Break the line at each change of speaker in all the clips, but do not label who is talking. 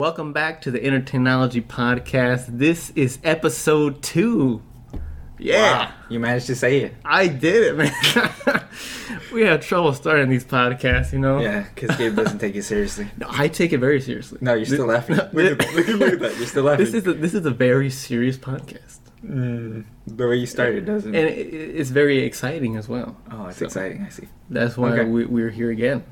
Welcome back to the Inner Technology Podcast. This is episode two. Yeah,
Wow, you managed to say it.
I did it, man. we have trouble starting these podcasts, you know?
Yeah, because Gabe doesn't take it seriously.
No, I take it very seriously.
No, you're still laughing. Look at- look at- look at that, you're still laughing.
This is a, this is a very serious podcast,
Mm, the way you started doesn't.
and it, it's very exciting as well.
Hmm. oh, it's
So
exciting. I see.
That's why
Okay.
we, we're here again.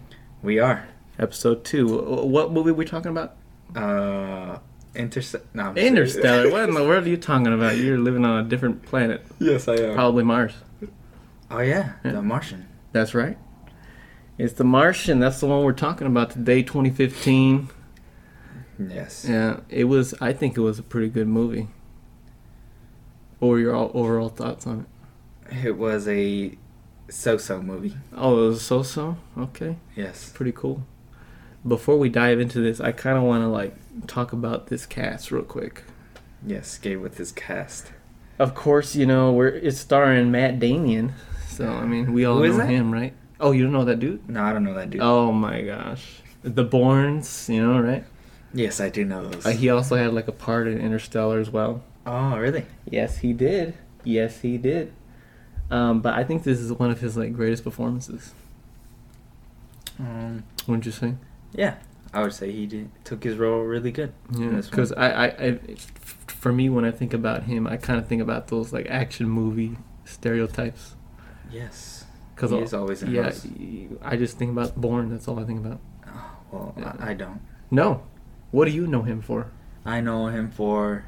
We are
Episode two. Wh- What movie we talking about?
uh, interse- no, I'm just-
Interstellar. what in the world are you talking about? You're living on a different planet,
yes, I am.
probably Mars.
Oh yeah,
Yeah.
The Martian.
That's right. It's The Martian. That's the one we're talking about today, 2015.
Yes.
Yeah, it was. I think it was a pretty good movie. What were your all, overall thoughts on it?
It was a so-so movie.
Oh, it was so-so. Okay,
Yes.
pretty cool. Before we dive into this, I kind of want to like talk about this cast real quick.
Yes. Gabe with his cast.
Of course, you know we're it's starring Matt Damien, so I mean we all
Who
know
is that?
him, right? Oh, you don't know that dude?
No, I don't know that dude.
Oh my gosh, the Bournes, you know, right?
Yes, I do know those.
Uh, he also had like a part in Interstellar as well.
oh, really?
Yes, he did. Yes, he did. Um, but I think this is one of his like greatest performances.
Um,
Wouldn't you say?
yeah. I would say he did, took his role really good. in
Yeah,
this one.
because I, I, I, for me, when I think about him, I kind of think about those like action movie stereotypes.
Yes.
Because
He is always in
yeah,
those.
I just think about Born. That's all I think about.
Oh, well,
Yeah.
I, I don't.
No, what do you know him for?
I know him for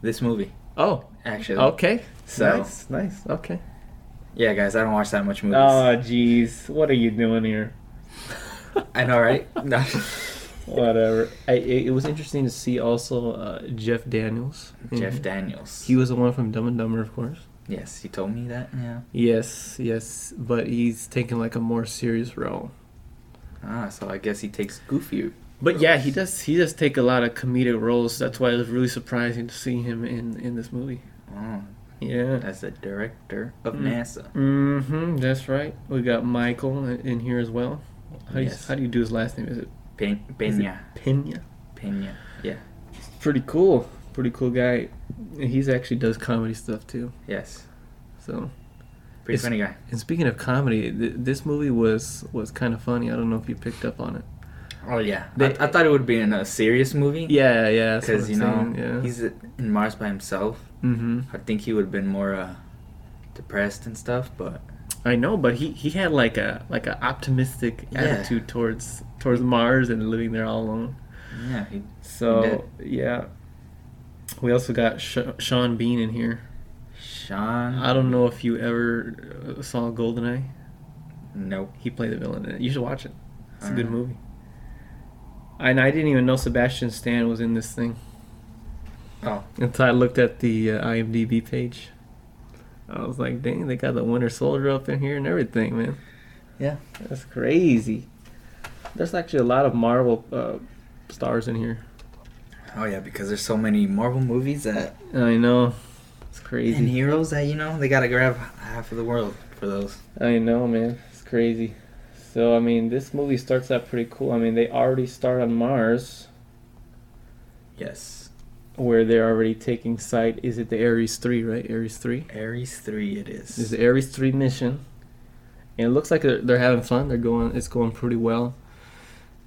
this movie,
Oh,
actually.
okay.
So-
nice, nice. Okay.
Yeah, guys, I don't watch that much movies.
Oh, jeez, what are you doing here?
I know, right? No.
Whatever. I, it, it was interesting to see also uh, Jeff Daniels. Mm-hmm.
Jeff Daniels.
He was the one from Dumb and Dumber, of course.
Yes, he told me that. Yeah.
Yes, yes, but he's taking like a more serious role.
Ah, so I guess he takes Goofy.
But yeah, he does. He does take a lot of comedic roles. That's why it was really surprising to see him in in this movie.
Oh,
Yeah.
as the director of
Mm.
NASA.
Mm-hmm. That's right. We got Michael in in here as well. How do you,
Yes.
how do you do his last name? Is it
Pe-
is it
Pena.
Pena.
Pena. Yeah.
Pretty cool. Pretty cool guy. He's actually does comedy stuff too.
Yes.
So.
Pretty
It's-
funny guy.
And speaking of comedy, th- this movie was was kind of funny. I don't know if you picked up on it.
Oh, yeah.
They-
I, I thought it would be in a serious movie.
Yeah, yeah. that's what
Because,
I'm
you know,
saying, yeah.
he's in Mars by himself.
hmm
I think he would have been more uh, depressed and stuff, but
I know, but he he had like a like a optimistic
Yeah.
attitude towards towards Mars and living there all alone.
yeah, he
So yeah. We also got Sh- Sean Bean in here.
Sean.
I don't know if you ever uh, saw Goldeneye.
Nope.
He played the villain in it. You should watch it. It's a good
Alright.
movie. And I didn't even know Sebastian Stan was in this thing.
Oh,
Until I looked at the uh, IMDb page, I was like, "Dang, they got the Winter Soldier up in here and everything, man.
yeah.
That's crazy." There's actually a lot of Marvel uh, stars in here.
Oh yeah, because there's so many Marvel movies that
I know, it's
and
crazy.
heroes that you know they gotta grab half of the world for those.
I know, man, it's crazy. So I mean, this movie starts out pretty cool. I mean, they already start on Mars,
Yes,
where they're already taking site. Is it the Ares three, right? Ares three.
Ares three it is.
This is the Ares three mission, and it looks like they're, they're having fun. They're going, it's going pretty well,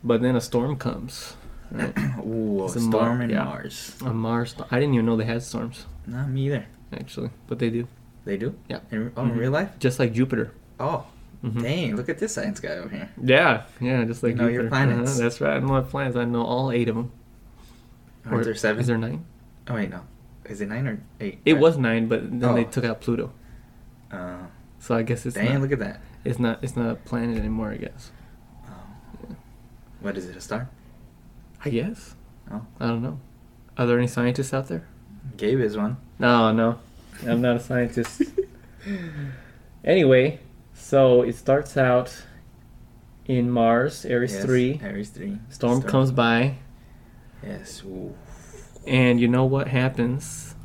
but then a storm comes. Right?
Ooh, a
It's a
storm
Mar-
in
yeah.
Mars.
a Mars. I didn't even know they had storms
Not me either.
actually, but they do.
They do.
Yeah.
In, oh, in
Mhm.
real life.
Just like Jupiter.
Oh,
Mhm.
dang! Look at this science guy over here.
Yeah, yeah, just like
You know
Jupiter.
your planets.
Uh-huh, that's right. I know my planets. I know all eight of them.
Aren't there seven?
Is there nine?
Oh wait, no. Is it nine or eight?
It was nine, but then they
Oh.
took out Pluto.
Uh,
So I guess it's
dang!
not,
Look at that. Oh,
it's not it's not a planet anymore. I guess.
What is it? A star?
I guess.
Oh.
I don't know. Are there any scientists out there?
Gabe is one.
No, no. I'm not a scientist. anyway, so it starts out in Mars, Aries
Yes,
3.
Ares three.
Storm, comes by,
Yes. Ooh.
and you know what happens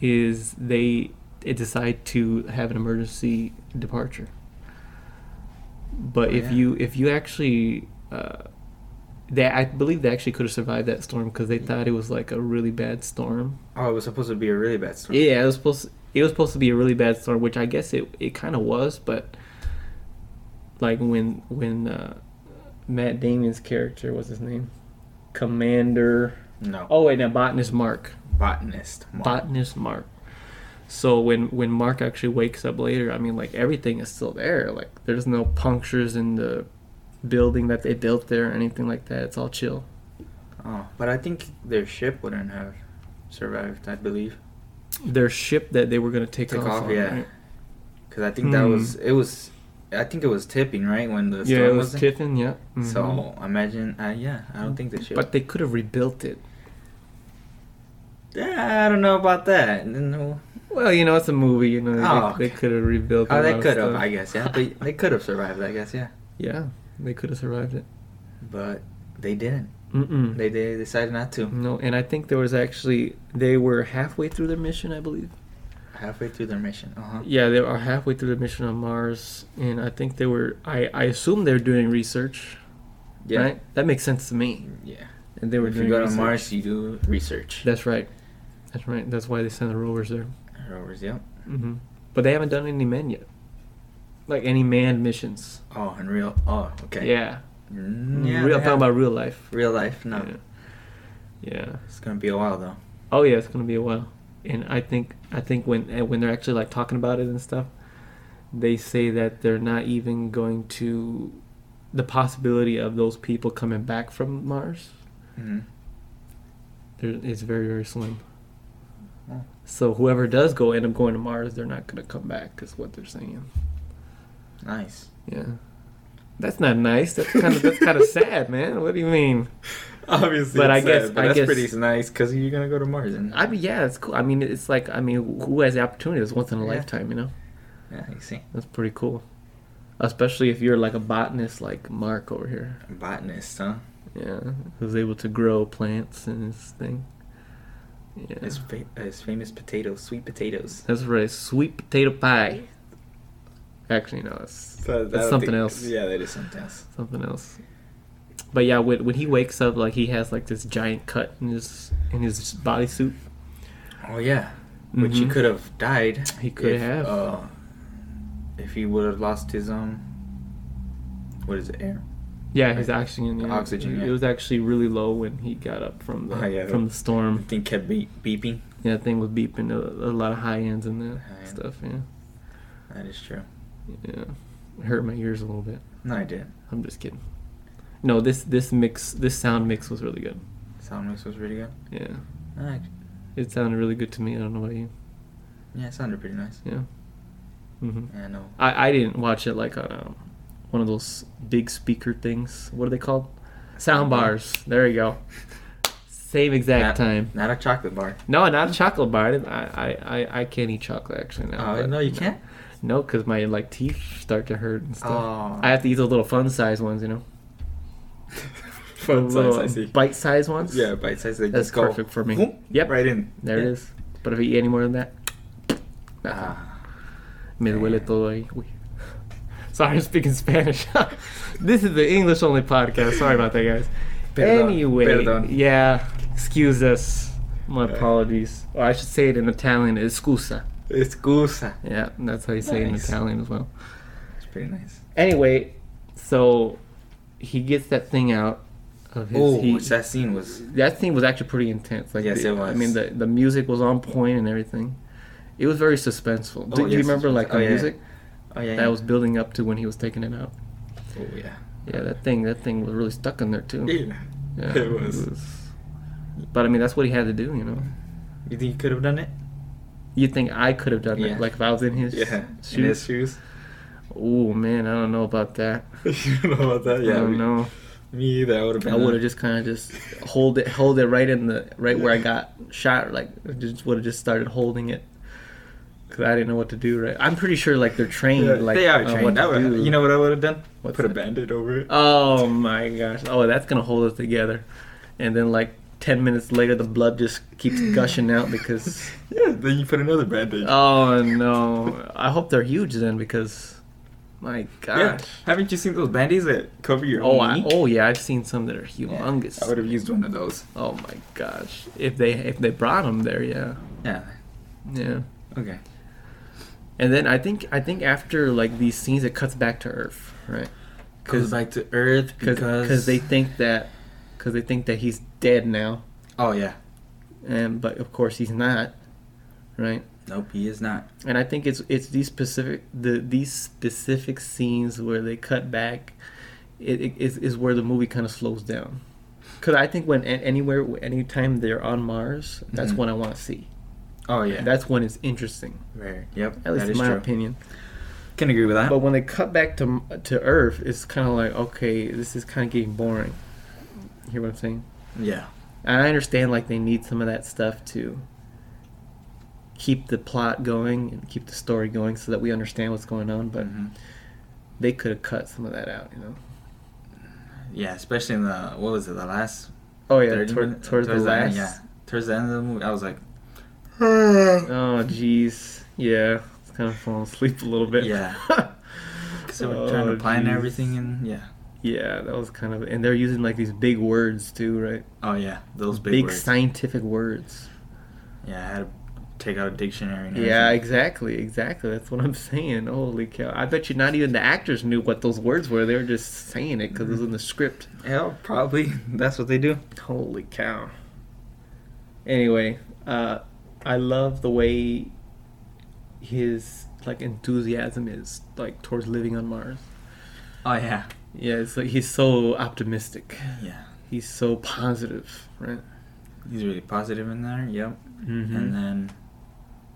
is they, they decide to have an emergency departure. But
Oh,
if
yeah.
you if you actually uh, They, I believe they actually could have survived that storm because they thought it was like a really bad storm.
Oh, it was supposed to be a really bad storm.
Yeah, it was supposed. It was supposed to be a really bad storm, which I guess it it kind of was, but like when when uh, Matt Damon's character was his name, Commander.
No.
Oh wait, no, botanist Mark.
Botanist. Mark.
Botanist Mark. So when when Mark actually wakes up later, I mean, like everything is still there. Like there's no punctures in the building that they built there or anything like that. It's all chill.
oh, but I think their ship wouldn't have survived. I believe
Their ship that they were gonna take,
Took
off,
off,
on,
yeah.
right?
because I think that
Hmm.
was it was. I think it was tipping right when the storm
yeah, it was
in.
Tiffin, yeah. Mhm.
So imagine, uh, yeah, I don't think the ship.
but they could have rebuilt it.
yeah, I don't know about that. No.
Well, you know, it's a movie. You know, Uh, they-
Oh,
they,
okay.
could have rebuilt. a
Oh, they
lot of
could have,
stuff.
I guess. Yeah, they, they could have survived. I guess, yeah.
yeah, they could have survived it.
But they didn't.
Mm-mm.
They they decided not to.
no, and I think there was actually they were halfway through their mission, I believe.
Halfway through their mission. Uh huh.
Yeah, they are halfway through the mission on Mars, and I think they were. I I assume they're doing research.
Yeah.
Right? That makes sense to me.
Yeah.
And they were
if
doing
you go to
research.
Mars, you do research.
That's right. That's right. That's why they sent the rovers there.
Rovers, yep.
hmm But they haven't done any men yet. Like any manned missions.
Oh, and real. Oh, okay.
Yeah.
Mm, yeah
real.
they
Talking
have-
about real life.
real life. No,
Yeah. Yeah.
it's gonna be a while though.
Oh yeah, it's gonna be a while. And I think I think when and when they're actually like talking about it and stuff, they say that they're not even going to the possibility of those people coming back from Mars.
hmm
There, it's very very slim.
Oh.
So whoever does go end up going to Mars, they're not gonna come back. Is what they're saying.
Nice.
Yeah. That's not nice. That's kind of that's kind of sad, man. What do you mean?
Obviously,
But
it's
I guess-
but
I
that's
guess-
pretty nice because you're gonna go to Mars and
I mean, yeah, it's cool. I mean, it's like I mean, who has the opportunity? It's once in a
Yeah.
lifetime, you know.
yeah, you see,
That's pretty cool. Especially if you're like a botanist like Mark over here.
botanist, huh?
Yeah. Who's able to grow plants and his thing. Yeah.
His, fa- his famous potatoes, sweet potatoes.
that's right. Sweet potato pie. Actually, no, that's, that's something else.
Yeah, that is something else.
Something else. But yeah, when, when he wakes up, like he has like this giant cut in his in his bodysuit.
Oh yeah, which he
Mhm.
could have died.
He could
if,
have.
Uh, if he would have lost his um, what is it, air?
Yeah, his oxygen. yeah.
Oxygen,
It
yeah.
was actually really low when he got up from the
Oh, yeah,
from
that-
the storm.
The thing kept beep, beeping.
Yeah, that thing was beeping a, a lot of high ends and that
High end.
stuff. Yeah,
That is true.
yeah, it hurt my ears a little bit.
No, I didn't.
I'm just kidding. No, this this mix, this sound mix was really good.
Sound mix was really good.
Yeah,
No, I-
it sounded really good to me. I don't know about you.
yeah, it sounded pretty nice.
Yeah. hmm
Yeah, no.
I I didn't watch it like on um, one of those big speaker things. What are they called? Sound bars. There you go. Same exact
not,
time.
Not a chocolate bar.
No, not a chocolate bar. I, didn't- I, I, I- I can't eat chocolate actually now.
Oh
but-
no, you can't.
No, because my like teeth start to hurt and stuff.
Oh.
I have to eat those little fun size ones, you know.
Fun
The
size,
little
I see.
Bite size ones.
Yeah, bite size. They
That's
just go
perfect for me.
whoop,
Yep.
right in.
There it
Yeah.
is. But if I eat any more than that, nothing.
Ah,
Me duele
damn.
todo ahí. Uy. Sorry, I'm speaking Spanish. this is the English only podcast. Sorry about that, guys.
Perdón,
anyway,
perdón.
yeah, excuse us. My
Uh,
apologies. Or I should say it in Italian, scusa.
Excusa.
Yeah, that's how you say it in
Nice.
Italian as well.
It's pretty nice.
Anyway, so he gets that thing out of his.
Oh,
he-
which that scene was.
that scene was actually pretty intense. Like,
Yes,
the-
it was.
I mean, the the music was on point and everything. It was very suspenseful. Do,
Oh,
do you
yes,
remember
suspenseful.
like the
Oh, yeah,
music
Oh yeah. yeah.
that was building up to when he was taking it out?
Oh yeah.
Yeah, that thing that thing was really stuck in there too.
Yeah.
Yeah,
It was.
But I mean, that's what he had to do, you know.
You think you could have done it?
You think I could have done
Yeah.
it? Like if I was in his
In his
shoes?
shoes.
Oh man, I don't know about that.
you don't know about that?
I
Yeah.
don't
me-
know.
Me either. I would have been.
I would have
like,
just kind of just hold it, hold it right in the right where I got shot. Like just would have just started holding it because I didn't know what to do. Right, I'm pretty sure like they're trained.
Yeah,
like
they are
on
trained.
what
That
to
would,
do.
you know what I would have done?
What's
Put a
that?
bandit over it.
Oh my gosh! Oh, that's gonna hold it together. And then like ten minutes later, the blood just keeps gushing out because
Yeah. Then you put another bandage.
oh no! I hope they're huge then because My
Yeah.
gosh.
Haven't you seen those band-aids that cover your
Oh, I,
knee?
oh yeah, I've seen some that are
Yeah,
humongous.
I would have used one of those.
oh my gosh. If they if they brought them there, yeah,
Yeah.
yeah.
Okay.
And then I think I think after like these scenes, it cuts back to Earth, right?
Goes back to Earth
Cause,
because
'cause they think that because they think that he's dead now,
Oh yeah.
and but of course he's not, right?
Nope, he is not.
and I think it's it's these specific the these specific scenes where they cut back, it, it is is where the movie kind of slows down, because I think when an- anywhere anytime they're on Mars, that's
Mhm.
when I want to see.
Oh yeah.
That's when it's interesting,
Very. Yep.
at least
that
in
is
my
true.
opinion.
Can agree with that.
But when they cut back to to Earth, it's kind of like okay, this is kind of getting boring. You hear what I'm saying?
yeah.
And I understand like they need some of that stuff to keep the plot going and keep the story going so that we understand what's going on, but.
Mhm.
they could have cut some of that out, you know.
Yeah, especially in the what was it, the last
Oh yeah,
30
toward,
minutes?
towards the last.
End, yeah. Towards the end of the movie I was like
Oh jeez, yeah, it's kind of falling asleep a little bit.
Yeah. Because they were trying
Oh,
to plan
jeez.
everything and yeah.
yeah, that was kind of, and they're using like these big words too, right?
Oh yeah, those big, words.
scientific words.
Yeah, I had to take out a dictionary. And
Yeah,
everything.
exactly, exactly. That's what I'm saying. Holy cow! I bet you not even the actors knew what those words were. They were just saying it because it was in the script.
Yeah, probably that's what they do.
Holy cow. Anyway, uh, I love the way his like enthusiasm is like towards living on Mars.
Oh yeah,
Yeah, it's like he's so optimistic.
yeah.
He's so positive, right?
He's really positive in there. Yep.
Mhm.
And then,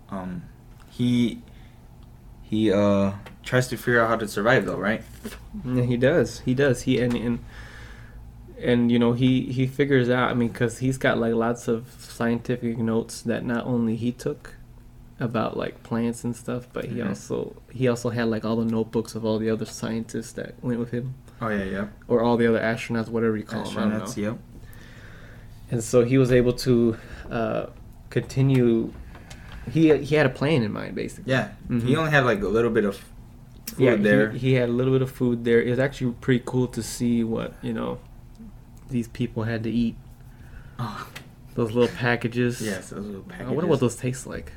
um, he he uh tries to figure out how to survive though, right?
Yeah, he does. He does. He and and and you know he he figures out. I mean, because he's got like lots of scientific notes that not only he took about like plants and stuff, but he
Mhm.
also he also had like all the notebooks of all the other scientists that went with him,
Oh yeah, yep.
or all the other astronauts, whatever you call them. I don't know.
Astronauts, yep.
And so he was able to uh, continue. He he had a plan in mind, basically.
Yeah.
Mhm.
He only had like a little bit of food
yeah, he-
there.
He, had a little bit of food there. It was actually pretty cool to see what you know these people had to eat.
Oh.
Those little packages.
Yes, uh, those little packages.
I wonder what those taste like.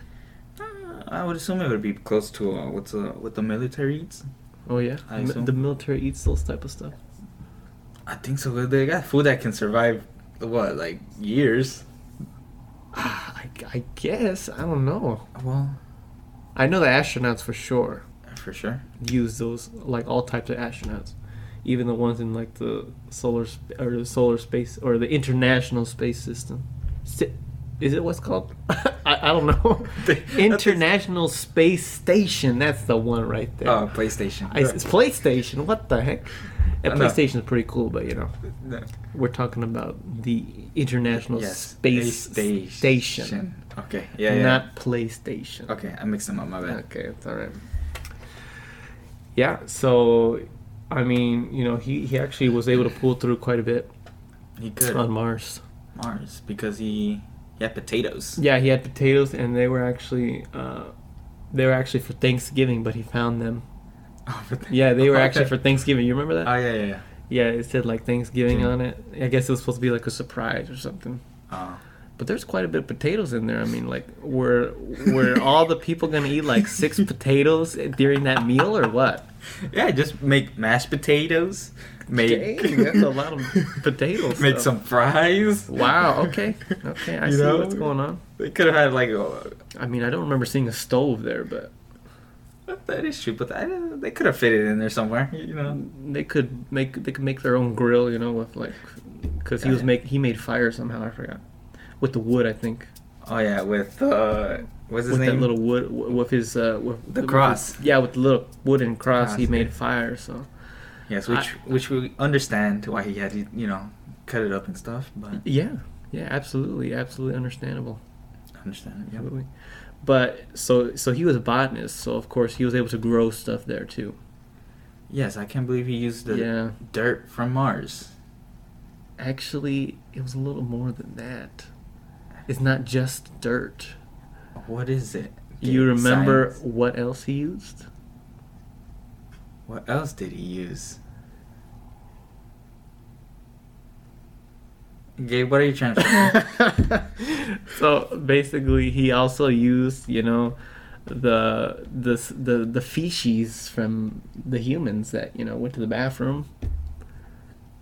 Uh, I would assume it would be close to uh, what's uh, what the military eats.
Oh yeah,
I
Mi-
assume.
the military eats those type of stuff.
I think so. 'cause They got food that can survive what like years.
Ah, I, I guess I don't know.
Well,
I know the astronauts for sure
for sure.
use those, like all types of astronauts, even the ones in like the solar sp- or the solar space or the international space system. Si- Is it what's called? I, I don't know.
That is-
international Space Station. That's the one right there.
Oh, PlayStation.
I, it's PlayStation. What the heck? And
I know.
PlayStation is pretty cool, but you know,
No.
we're talking about the International
Yes,
Space
a
Station,
Okay. Yeah. Yeah.
not PlayStation.
okay, I mixed them up. My bad.
Okay, it's all right. Yeah, so I mean, you know, he, he actually was able to pull through quite a bit
He could
on Mars.
Mars because he he had potatoes.
Yeah, he had potatoes, and they were actually uh, they were actually for Thanksgiving, but he found them.
Oh, but
Yeah, they were
okay.
actually for Thanksgiving. You remember that?
Oh yeah, yeah. yeah.
yeah, it said like Thanksgiving
Hmm.
on it. I guess it was supposed to be like a surprise or something.
Oh.
But there's quite a bit of potatoes in there. I mean, like, were were all the people gonna eat like six potatoes during that meal or what?
Yeah, just make mashed potatoes. Make
Dang, that's a lot of potatoes,
Make
though.
some fries.
Wow. Okay. Okay. I
You
see
know?
what's going on.
They could have had like oh, a,
I mean, I don't remember seeing a stove there, but
that is true, but I, don't- they could have fit it in there somewhere. You know.
they could make they could make their own grill, you know, with like, because he was
Yeah.
make he made fire somehow. I forgot with the wood, I think.
Oh yeah, with uh, what's his
with that
name?
little wood, w- with his uh, with,
The
with
cross.
his- yeah, with the little wooden cross, he
Cross,
made
yeah.
fire. So
Yes, which which we understand why he had to, you know cut it up and stuff, but
yeah, yeah, absolutely, absolutely understandable.
understand. Yeah.
Absolutely. But so so he was a botanist, so of course he was able to grow stuff there too.
Yes, I can't believe he used the
yeah,
dirt from Mars.
actually, it was a little more than that. It's not just dirt.
What is it?
you remember
Science.
what else he used?
What else did he use? Gabe, what are you trying to?
so basically, he also used, you know, the the the the feces from the humans that you know went to the bathroom,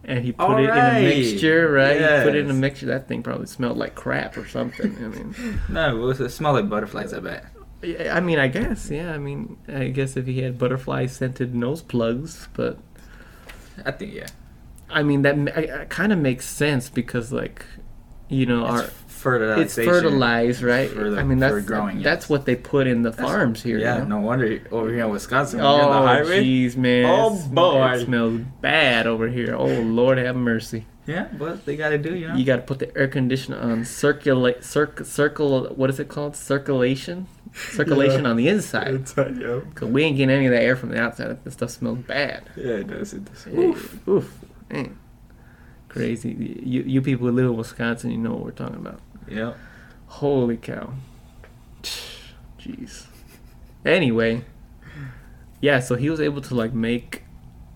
and he put
All
it
right.
in a mixture, right? He put it in a
Yes.
mixture. That thing probably smelled like crap or something. I mean,
no, it, was, it smelled like butterflies. I bet.
yeah, I mean, I guess, yeah. I mean, I guess if he had butterfly scented nose plugs, but
I think yeah.
I mean that I, kind of makes sense because like, you know, our
It's fertilization.
it's fertilized, right?
For the-
I mean, that's
for growing, yes.
that's what they put in the farms here.
Yeah,
you know?
no wonder you- over here in Wisconsin, oh, on the
Oh
highway.
jeez, man!
Oh,
It sm-
boy.
it smells bad over here. Oh Lord, have mercy!
Yeah, but they gotta do, you know.
You got to put the air conditioner on circulate, circ, circle. What is it called? Circulation, circulation
Yeah.
on the inside.
It's on, yo.
Cause we ain't getting any of that air from the outside. This stuff smells bad.
Yeah, it does. It does. Oof.
Oof, oof, man. crazy. You you people who live in Wisconsin, you know what we're talking about.
Yeah.
Holy cow. Jeez. Anyway, yeah, so he was able to like make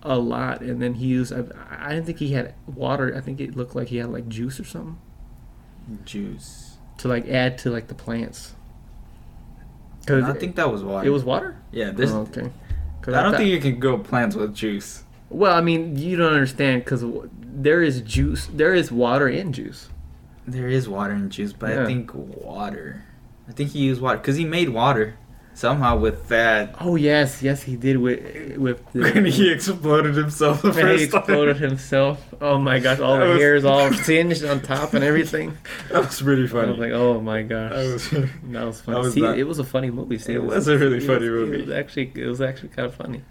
a lot and then he used I, I didn't think he had water. I think it looked like he had like juice or something
Juice.
to like add to like the plants. Cuz
I think that was water.
it was water?
Yeah. This.
Oh, okay. 'Cause
I don't
thought-
think you can grow plants with juice.
Well, I mean, you don't understand cuz there is juice, there is water in juice.
There is water in juice, but
Yeah.
I think water. I think he used water because he made water somehow with that.
Oh, yes, yes he did with with
When
the
he exploded himself the
And
first
he exploded
time.
himself. Oh my gosh, all
That
the
was-
hairs all singed on top and everything.
That was pretty
I
funny.
was like, oh my gosh.
That was really-
That was funny.
that was
See,
not-
it was a funny movie. See,
It was a really
it
funny
was-
movie.
It was actually, it was actually kind of funny.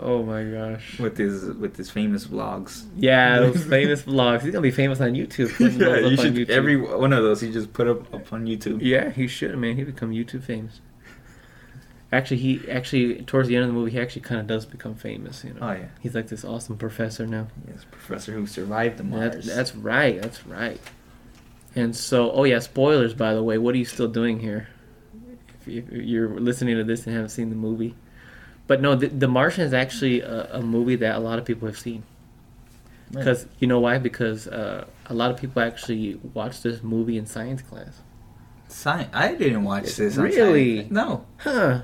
Oh my gosh.
with his with his famous vlogs.
Yeah, those famous vlogs. He's gonna be famous on YouTube. putting
yeah,
those up
you
on
should
YouTube.
every one of those he just put up up on YouTube.
Yeah, he should, man. He become YouTube famous. Actually, he actually towards the end of the movie, he actually kind of does become famous. You know,
Oh yeah,
he's like this awesome professor now.
yes, Professor who survived the
That,
Mars.
that's right. That's right. And so, oh yeah, spoilers. By the way, what are you still doing here? If you- if you're listening to this and haven't seen the movie, but no, the, the Martian is actually a, a movie that a lot of people have seen.
Right.
Because you know why? Because uh, a lot of people actually watch this movie in science class.
Sci- I didn't watch this. on
Really?
sci- No,
Huh?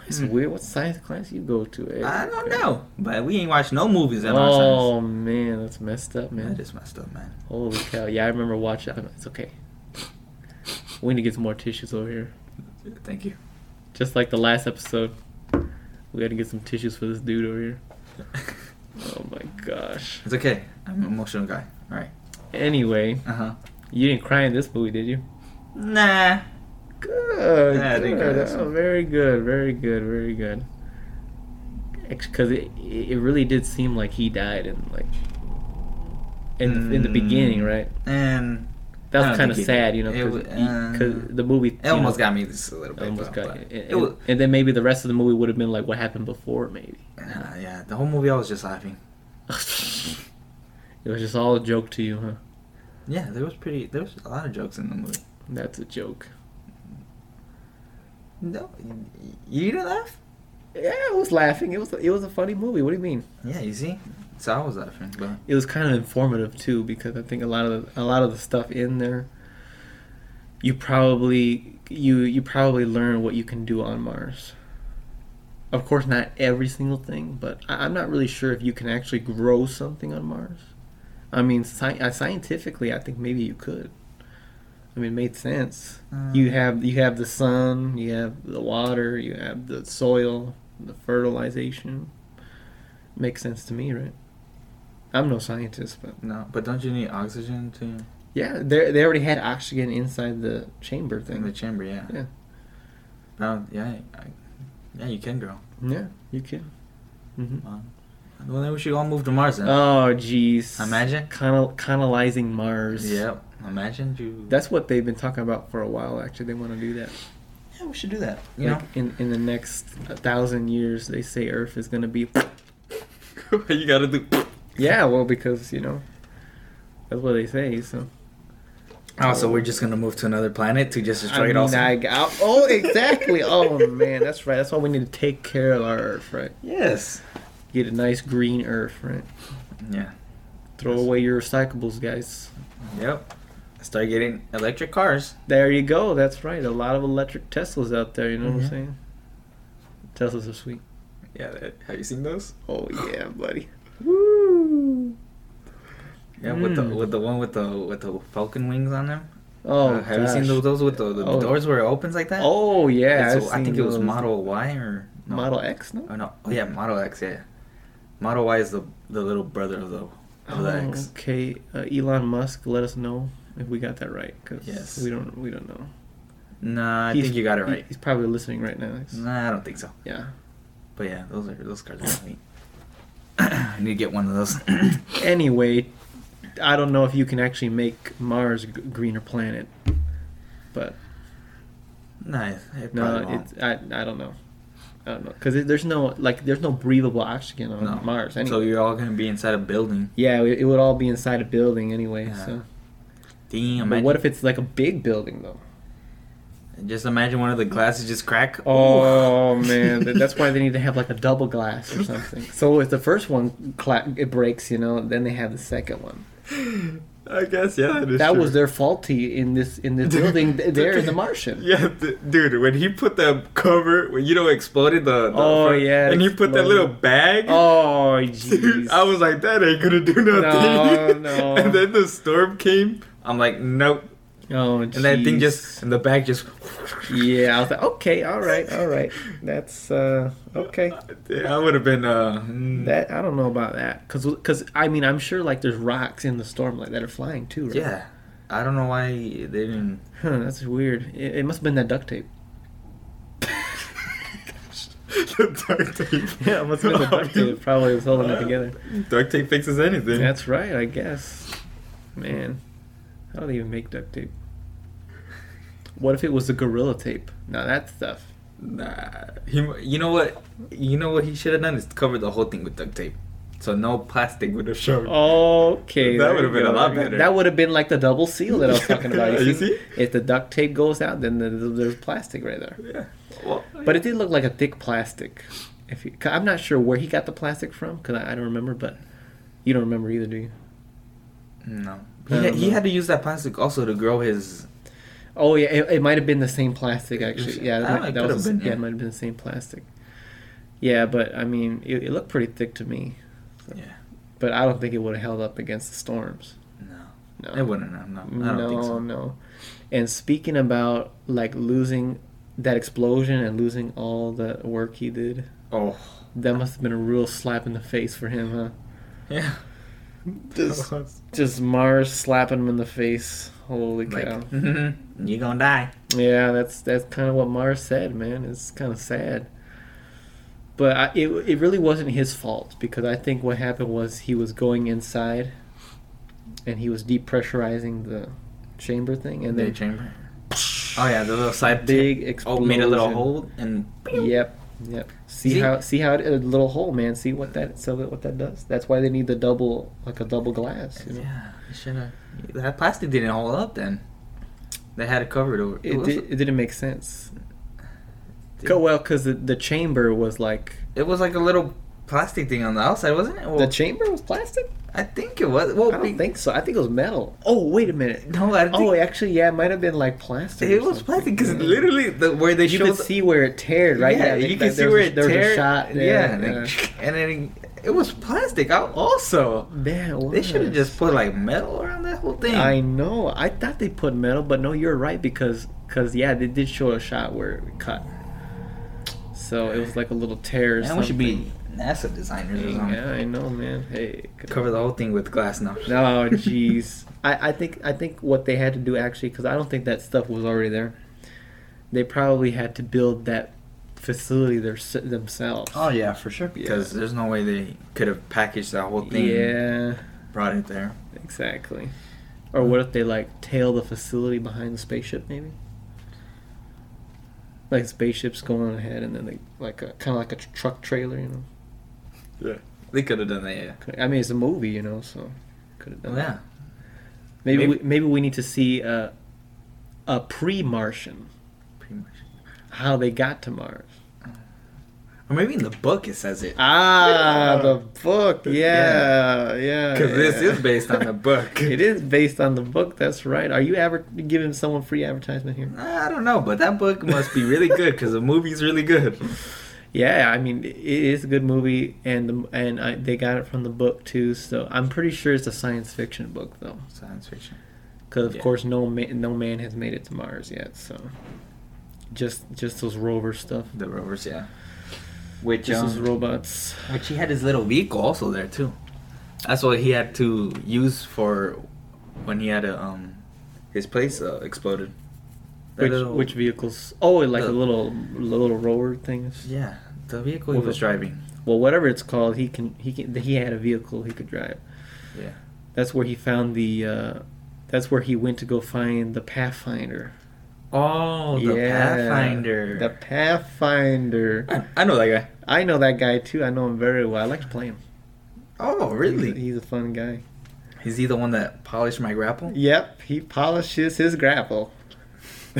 That's
Hmm.
weird. What science class you go to? Eric?
I don't know. But we ain't watched no movies in our science.
Oh man, that's messed up, man. Oh.
Man, that is messed up, man.
Holy cow! Yeah, I remember watching. I'm like, It's okay. We need to get some more tissues over here.
Thank you.
Just like the last episode, we had to get some tissues for this dude over here. Oh my gosh.
It's okay. I'm an emotional guy. All right.
Anyway,
Uh huh.
you didn't cry in this movie, did you?
Nah.
Good.
Yeah, I didn't cry
good.
this
Oh,
one.
very good. Very good. Very good. Because it it really did seem like he died and like in in the
Mm.
beginning, right?
And I
That
don't
was kind of
think he
sad,
did.
you know,
It wa-
because
uh,
the movie
it almost got me just a little bit.
almost
but-
got and,
but it was,
and then maybe the rest of the movie would have been like what happened before, maybe.
Nah, uh, yeah, the whole movie I was just laughing.
It was just all a joke to you, huh?
Yeah, there was pretty. There was a lot of jokes in the movie.
That's a joke.
No, you didn't laugh.
Yeah, I was laughing. It was it was a funny movie. What do you mean?
Yeah, you see, so I was laughing, but
It was kind of informative too because I think a lot of the, a lot of the stuff in there you probably you you probably learn what you can do on Mars. Of course, not every single thing, but I, I'm not really sure if you can actually grow something on Mars. I mean, sci- uh, scientifically, I think maybe you could. I mean, it made sense. You
Mm.
have you have the sun, you have the water, you have the soil, the fertilization. Makes sense to me, right? I'm no scientist, but
no. But don't you need oxygen to
yeah, they they already had oxygen inside the chamber
in the
thing.
chamber? Yeah.
Yeah.
No, yeah, I, yeah, you can grow.
Yeah, you can. hmm
Well, well, then we should all move to Mars then.
Oh, jeez.
Imagine.
Colonel, colonizing Mars.
Yep. Imagine you.
That's what they've been talking about for a while. Actually, they want to do that.
yeah. We should do that. You
like in in the next thousand years, they say Earth is gonna be.
know. you gotta do.
Yeah, well, because you know, that's what they say. So
Oh, so we're just gonna move to another planet to just destroy
I
it all.
mean, I got- oh, exactly. oh man, that's right. That's why we need to take care of our Earth, right?
Yes.
Get a nice green Earth, right?
Yeah.
Throw
Yes.
away your recyclables, guys.
Yep. Start getting electric cars.
There you go. That's right. A lot of electric Teslas out there. You know what
Mhm.
I'm saying? Teslas are sweet.
Yeah. that- Have you seen those?
Oh yeah, buddy.
Woo. Yeah, with the
Mm.
with the one with the with the falcon wings on them.
Oh,
Uh, have you seen
gosh.
those, those with the, the
Oh.
doors where it opens like that?
Oh yeah,
It's-
I've
I think
seen
it was
those.
Model Y or no.
Model X. No.
Oh no! Oh yeah, Model X. Yeah, Model Y is the the little brother of the of the
Oh,
X.
okay, uh, Elon Musk, let us know if we got that right, because
Yes.
we don't we don't know.
Nah, I
He's-
think you got it
he-
right.
he's probably listening right now. It's-
Nah, I don't think so.
Yeah.
But yeah, those are those cars are sweet. I need to get one of those.
Anyway, I don't know if you can actually make Mars a g- greener planet, but
nice. It probably
no,
won't.
it's I I don't know. I don't know because there's no like there's no breathable oxygen on
no.
uh, Mars. Anyway.
So you're all gonna be inside a building.
yeah, it, it would all be inside a building anyway.
Yeah.
So,
Damn.
but
Imagine,
what if it's like a big building though?
just imagine one of the glasses just crack.
Oh man, Th- that's why they need to have like a double glass or something. So if the first one cla- it breaks, you know, then they have the second one.
I guess yeah. is
That
true.
was their faulty in this in this building th- there in the Martian.
Yeah, th- dude, when he put the cover, when you know exploded the, the
Oh, yeah, it
and he put that
exploded.
little bag.
Oh
Dude,
jeez.
I was like, that ain't gonna do nothing.
no.
and then the storm came. I'm like, nope.
Oh jeez.
And that thing just, and the bag just.
Yeah, I was like, okay, all right, all right. That's uh okay.
Yeah, I would have been. Uh, mm.
That I don't know about that because because I mean I'm sure like there's rocks in the storm like that are flying too. Right?
Yeah, I don't know why they didn't.
Huh, that's weird. It, it must have been that duct tape.
the duct tape.
Yeah, it must have been the duct tape. Probably was holding it together.
Duct tape fixes anything.
That's right, I guess. Man, how do they even make duct tape? What if it was the gorilla tape? Now that stuff.
Nah, he. You know what? You know what he should have done is covered the whole thing with duct tape, so no plastic would have shown.
Oh. Okay,
That
there
would've
you
been a
go.
lot
That-
better.
That would have been like the double seal that I was talking about.
You
You
see?
see? If the duct tape goes out, then the, the- there's plastic right there.
Yeah. Well,
But it did look like a thick plastic. If you, 'cause I'm not sure where he got the plastic from because I, I don't remember. But you don't remember either, do you?
no.
I
He,
don't
he
know.
had to use that plastic also to grow his
Oh yeah, it, it might have been the same plastic actually.
was-
Yeah,
Ah,
that,
it
might, that
could
was
have been,
yeah,
yeah.
it might have been the same plastic. Yeah, but I mean, it, it looked pretty thick to me.
Yeah.
But I don't think it would have held up against the storms.
No.
No,
It wouldn't have. No. I don't
no,
think so.
no. And speaking about like losing that explosion and losing all the work he did,
Oh.
that must have been a real slap in the face for him, huh?
Yeah.
Just, just Mars slapping him in the face. Holy
like, mm-hmm.
cow!
you gonna die.
Yeah, that's that's kind of what Mars said, man. It's kind of sad. But I, it it really wasn't his fault because I think what happened was he was going inside, and he was depressurizing the chamber thing, and
The
then
chamber. Oh yeah, the little side
big
tip.
explosion.
Oh, made a little hole and.
Yep, yep. See,
See?
how see how it, a little hole, man. See what that so that, what that does. That's why they need the double like a double glass. You know?
Yeah, you should have. That plastic didn't hold up then. They had it covered over.
It,
was-
did, it didn't make sense.
Did-
Co- well, because the, the chamber was like
It was like a little plastic thing on the outside, wasn't it? Well,
the chamber was plastic.
I think it was. Well,
I
be-
don't think so. I think it was metal. Oh, wait a minute.
No, I
Oh,
think-
actually, yeah, it might have been like plastic. or
It was
something.
plastic because
Yeah.
literally the, where they
you
showed
could
the-
see where it teared, right?
Yeah,
I think
you
that
can see
there
where
was a-
it
there was
tear-
a shot.
Yeah,
There.
and, then, and then it was plastic out also.
Yeah, it
They should have
was.
just put like metal around that whole thing.
I know. I thought they put metal, but no, you're right because because yeah, they did show a shot where it cut. So it was like a little tear. Or
Man,
something.
we should be NASA designers or something.
Yeah, I know, man. Hey.
Cover the whole thing with glass now.
Oh, jeez. I, I think I think what they had to do actually, because I don't think that stuff was already there. They probably had to build that facility their, themselves.
Oh yeah, for sure. Because there's no way they could have packaged that whole thing.
yeah,
Brought it there.
exactly. Or what if they like tail the facility behind the spaceship, maybe? Like spaceships going ahead, and then they like a kind of like a tr- truck trailer, you know.
Yeah. They could have done that. Yeah.
Could- I mean, it's a movie, you know, so could have done.
Well, Oh, yeah.
that. Maybe
Maybe-
we, maybe we need to see a, a pre-Martian
pretty much.
how they got to Mars.
Or maybe in the book it says it.
Ah,
Yeah.
the book. Yeah, yeah.
Because this
yeah.
is based on the book.
It is based on the book. That's right. Are you ever giving someone free advertisement here?
I don't know, but that book must be really good because the movie's really good.
Yeah, I mean, it is a good movie, and the, and I, they got it from the book too. So I'm pretty sure it's a science fiction book though,
Science fiction.
because of
Yeah.
course no man, no man has made it to Mars yet. So just just those rover stuff,
The rovers, yeah. Which
just those
um,
robots.
which he had his little vehicle also there too. That's what he had to use for when he had a um his place uh, exploded. That
Which,
little-
which vehicles? Oh, like
the-
a little little rover things.
Yeah, the vehicle
Well,
he was
the-
driving.
Well, whatever it's called, he can he can he had a vehicle he could drive.
Yeah.
That's where he found the. Uh, that's where he went to go find the Pathfinder.
Oh, the Pathfinder.
The Pathfinder.
I, I know that guy.
I know that guy too. I know him very well. I like to play him.
Oh,
He's a,
really?
he's a fun guy.
Is he the one that polished my grapple?
Yep, he polishes his grapple.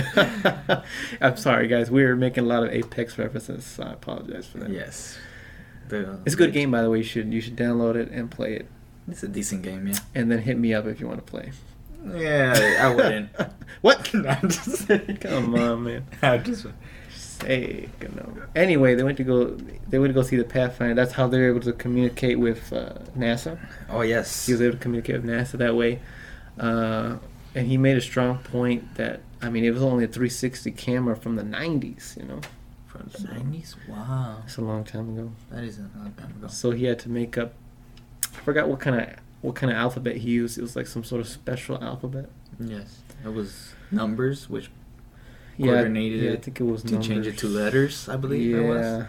I'm sorry, guys. We're making a lot of Apex references. So I apologize for that.
Yes. The-
it's a good game, by the way. You should you should download it and play it,
It's a decent game, yeah.
and then hit me up if you want to play.
Yeah, I wouldn't.
what?
I'm just
Come on, man.
I'm just
Sake, no. Anyway, they went to go. They went to go see the Pathfinder. That's how they're able to communicate with uh, NASA.
Oh yes.
He was able to communicate with NASA that way, uh, and he made a strong point that I mean it was only a 360 camera from the 90s. You know,
From the nineties? Wow.
that's a long time ago.
That is a long time ago.
So he had to make up. I forgot what kind of what kind of alphabet he used. It was like some sort of special alphabet.
Yes. That was numbers which
Yeah,
coordinated
yeah, I
it
think it was
to change it to
numbers.
letters, I believe it was.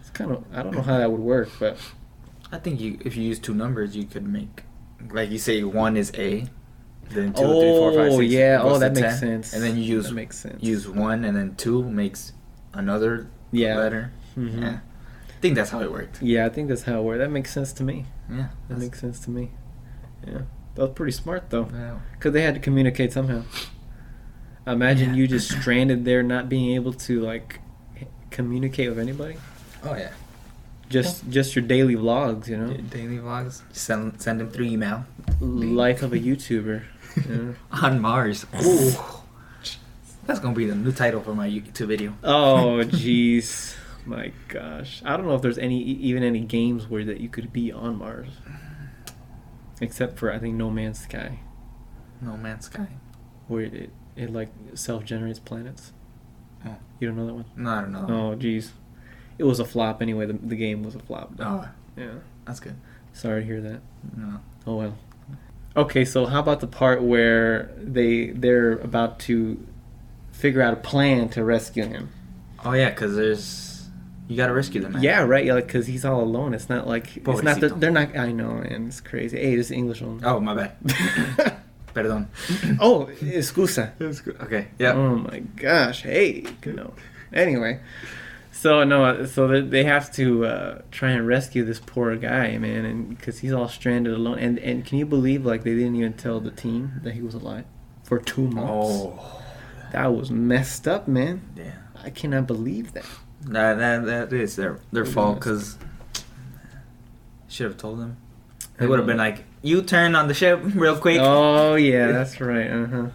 It's kind of I don't know how that would work, but
I think you if you use two numbers you could make like you say one is A, then two, three,
oh,
four, five, six.
yeah.
goes
Oh,
to
that makes
10,
sense.
And then you use
that makes sense.
use one and then two makes another
Yeah.
letter.
Mhm.
Yeah. I think that's how it worked.
Yeah, I think that's how it works. That makes sense to me.
Yeah.
That
that's-
makes sense to me. Yeah, that was pretty smart though,
Wow.
because they had to communicate somehow. Imagine
Yeah.
you just stranded there, not being able to like communicate with anybody.
Oh yeah.
Just just your daily vlogs, you know,
Yeah, Daily vlogs. Send send them through email.
life of a YouTuber. Yeah.
On Mars. Ooh. That's gonna be the new title for my YouTube video.
Oh jeez, my gosh! I don't know if there's any e, even any games where that you could be on Mars, except for I think No Man's Sky,
No Man's Sky.
where it it like self generates planets.
Oh.
You don't know that one?
No, I don't know.
Oh jeez, it was a flop anyway. The, the game was a flop. though.
Oh,
Yeah,
that's good.
sorry to hear that.
No.
Oh well. Okay, so how about the part where they they're about to figure out a plan to rescue him?
Oh yeah, cause there's you gotta rescue the man.
Yeah, right. Yeah, because he's all alone. It's not like it's not
Pobrecito.
that they're not. I know, man. It's crazy. Hey, this is English one.
Oh my bad. Perdón.
oh, excusa.
That's good. Okay. Yeah.
Oh my gosh. Hey, no. Anyway, so no, so they- they have to uh, try and rescue this poor guy, man, and because he's all stranded alone. And and can you believe like they didn't even tell the team that he was alive for two months?
Oh.
That was messed up, man.
Yeah.
I cannot believe that.
That that that is their their
Pretty
fault
much.
because should have told them.
I
They would have
know.
been like, "You turn on the ship real quick."
Oh yeah, that's right. Uh huh.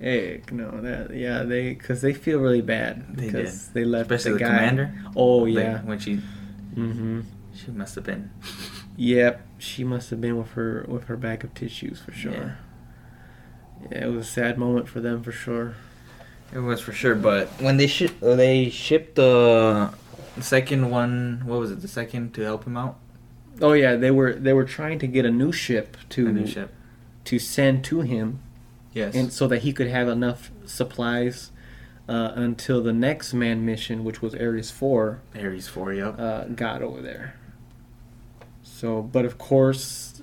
Heck no, that yeah they because they feel really bad
They
because they left
Especially the,
guy.
commander.
Oh
Like,
yeah.
when she
Mm-hmm.
she must have been.
Yep, she must have been with her with her bag of tissues for sure. Yeah, it was a sad moment for them for sure.
It was for sure, but when they shi uh, they shipped the second one, what was it? The second to help him out.
Oh yeah, they were they were trying to get a new ship to
The new ship.
to send to him,
Yes.
and so that he could have enough supplies uh, until the next manned mission, which was Ares Four.
Aries four. Yep.
uh, got over there. So, but of course,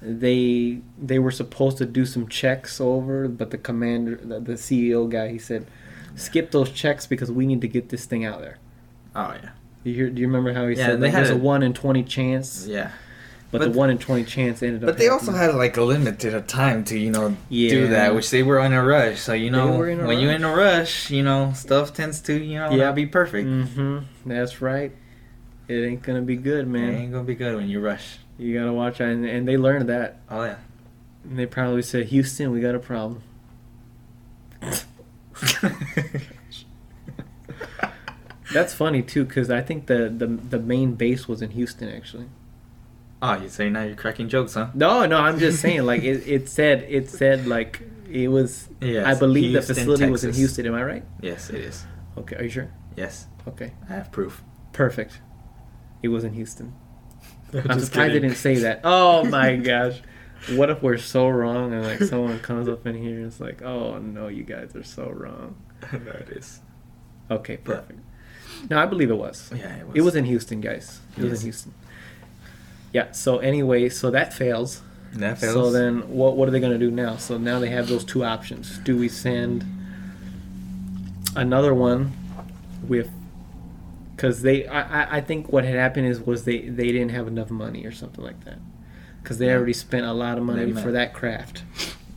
they they were supposed to do some checks over, but the commander, the, the CEO guy, he said, skip those checks because we need to get this thing out there.
oh yeah.
You hear, do you remember how he
Yeah,
said
they
that
had
there's a
a-
one in twenty chance
Yeah.
but,
But-
the one in twenty chance ended up.
But they also
happening.
had like a limited of time to you know
Yeah.
do that, which they were in a rush. So you
They
know
were in a
when you're in a rush, you know stuff tends to you know
Yeah.
not be perfect.
Mhm, That's right. It ain't gonna be good,
Man,
man.
it ain't gonna be good when you rush.
You gotta watch out, and, and they learned that.
Oh yeah.
And they probably said, "Houston, we got a problem." That's funny too, because I think the, the the main base was in Houston actually.
Oh, you say now you're cracking jokes, huh?
No, no, I'm just saying. Like it, it said, it said like it was.
Yes,
I believe the
Houston,
facility was in
Texas.
Houston. Am I right?
Yes, it is.
Okay. Are you sure?
Yes,
Okay.
I have proof.
Perfect. It was in Houston. I'm surprised I didn't say that. Oh my gosh. What if we're so wrong and like someone comes up in here and it's like, oh no, you guys are so wrong.
no, it is.
Okay, perfect. No, I believe it was.
Yeah, it was.
It was in Houston, guys. It was
Yes.
in Houston. Yeah. So anyway, so that fails.
That fails.
So then, what what are they going to do now? So now they have those two options. Do we send another one with? Because they, I, I- I think what had happened is was they they didn't have enough money or something like that. Because they already spent a lot of money
They
for
met.
that craft,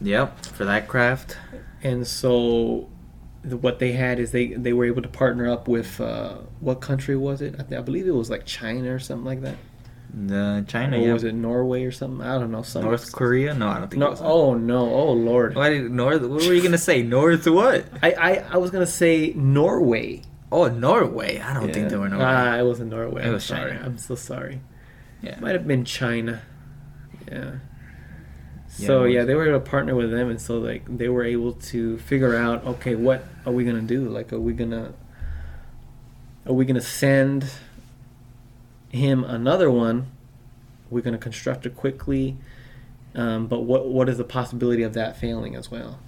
Yep, for that craft.
and so the, what they had is they they were able to partner up with uh, what country was it? I, th- I believe it was like China or something like that.
The China.
or
yeah.
was it Norway or something? I don't know. Some
North Korea? No, I don't think. it
No.
was.
Oh no. Oh lord.
Why did North? What were you gonna say? North what?
I, I, I was gonna say Norway.
Oh, Norway. I don't think they were Norway.
Ah, it wasn't Norway.
It
I'm
was
sorry.
China.
I'm so sorry.
yeah.
Might have been China. Yeah.
Yeah,
So
it
yeah,
was.
they were able to partner with them, and so like they were able to figure out, okay, what are we gonna do? Like, are we gonna are we gonna send him another one? We're gonna construct it quickly, um, but what what is the possibility of that failing as well?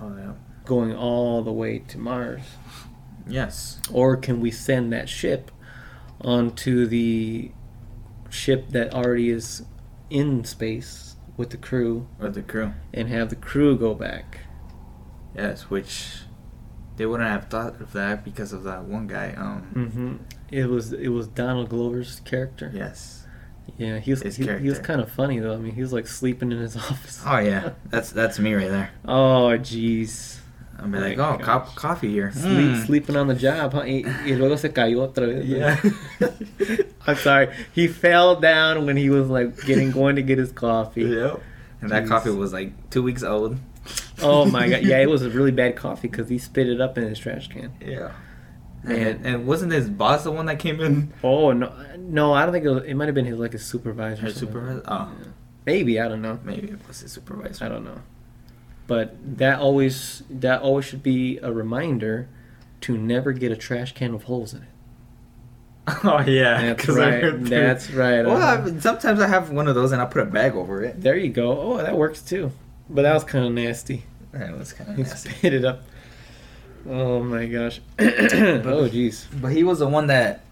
Oh yeah.
Going all the way to Mars.
Yes.
or can we send that ship onto the ship that already is in space with the crew
Or the crew.
and have the crew go back
Yes, which they wouldn't have thought of that because of that one guy. Um.
hmm it was it was donald glover's character
Yes.
yeah he was
His
he, he was
character.
kind of funny though i mean he was like sleeping in his office
Oh yeah. That's that's me right there.
oh jeez
I'll be
Oh,
like,
my
oh,
gosh.
cop, coffee here.
Sleep,
Mm.
sleeping on the job huh y, y luego se cayó otra vez
Yeah.
i'm sorry he fell down when he was like getting going to get his coffee
Yep. And that
Jeez.
coffee was like two weeks old.
Oh my god! Yeah, it was a really bad coffee because he spit it up in his trash can.
Yeah.
Man.
And, and wasn't his boss the one that came in?
Oh no, no, I don't think it, was, it might have been his like his supervisor. or
Her
something.
supervisor? Oh,
Maybe I don't know.
maybe it was his supervisor.
I don't know. But that always that always should be a reminder to never get a trash can with holes in it.
Oh yeah,
That's
'cause I
right,
heard that.
that's right,
Well,
uh-huh.
I- sometimes I have one of those and I put a bag over it.
There you go. Oh, that works too. But that was kind of nasty.
That was kind of
He
nasty.
spit it up. Oh my gosh. oh jeez.
But he was the one that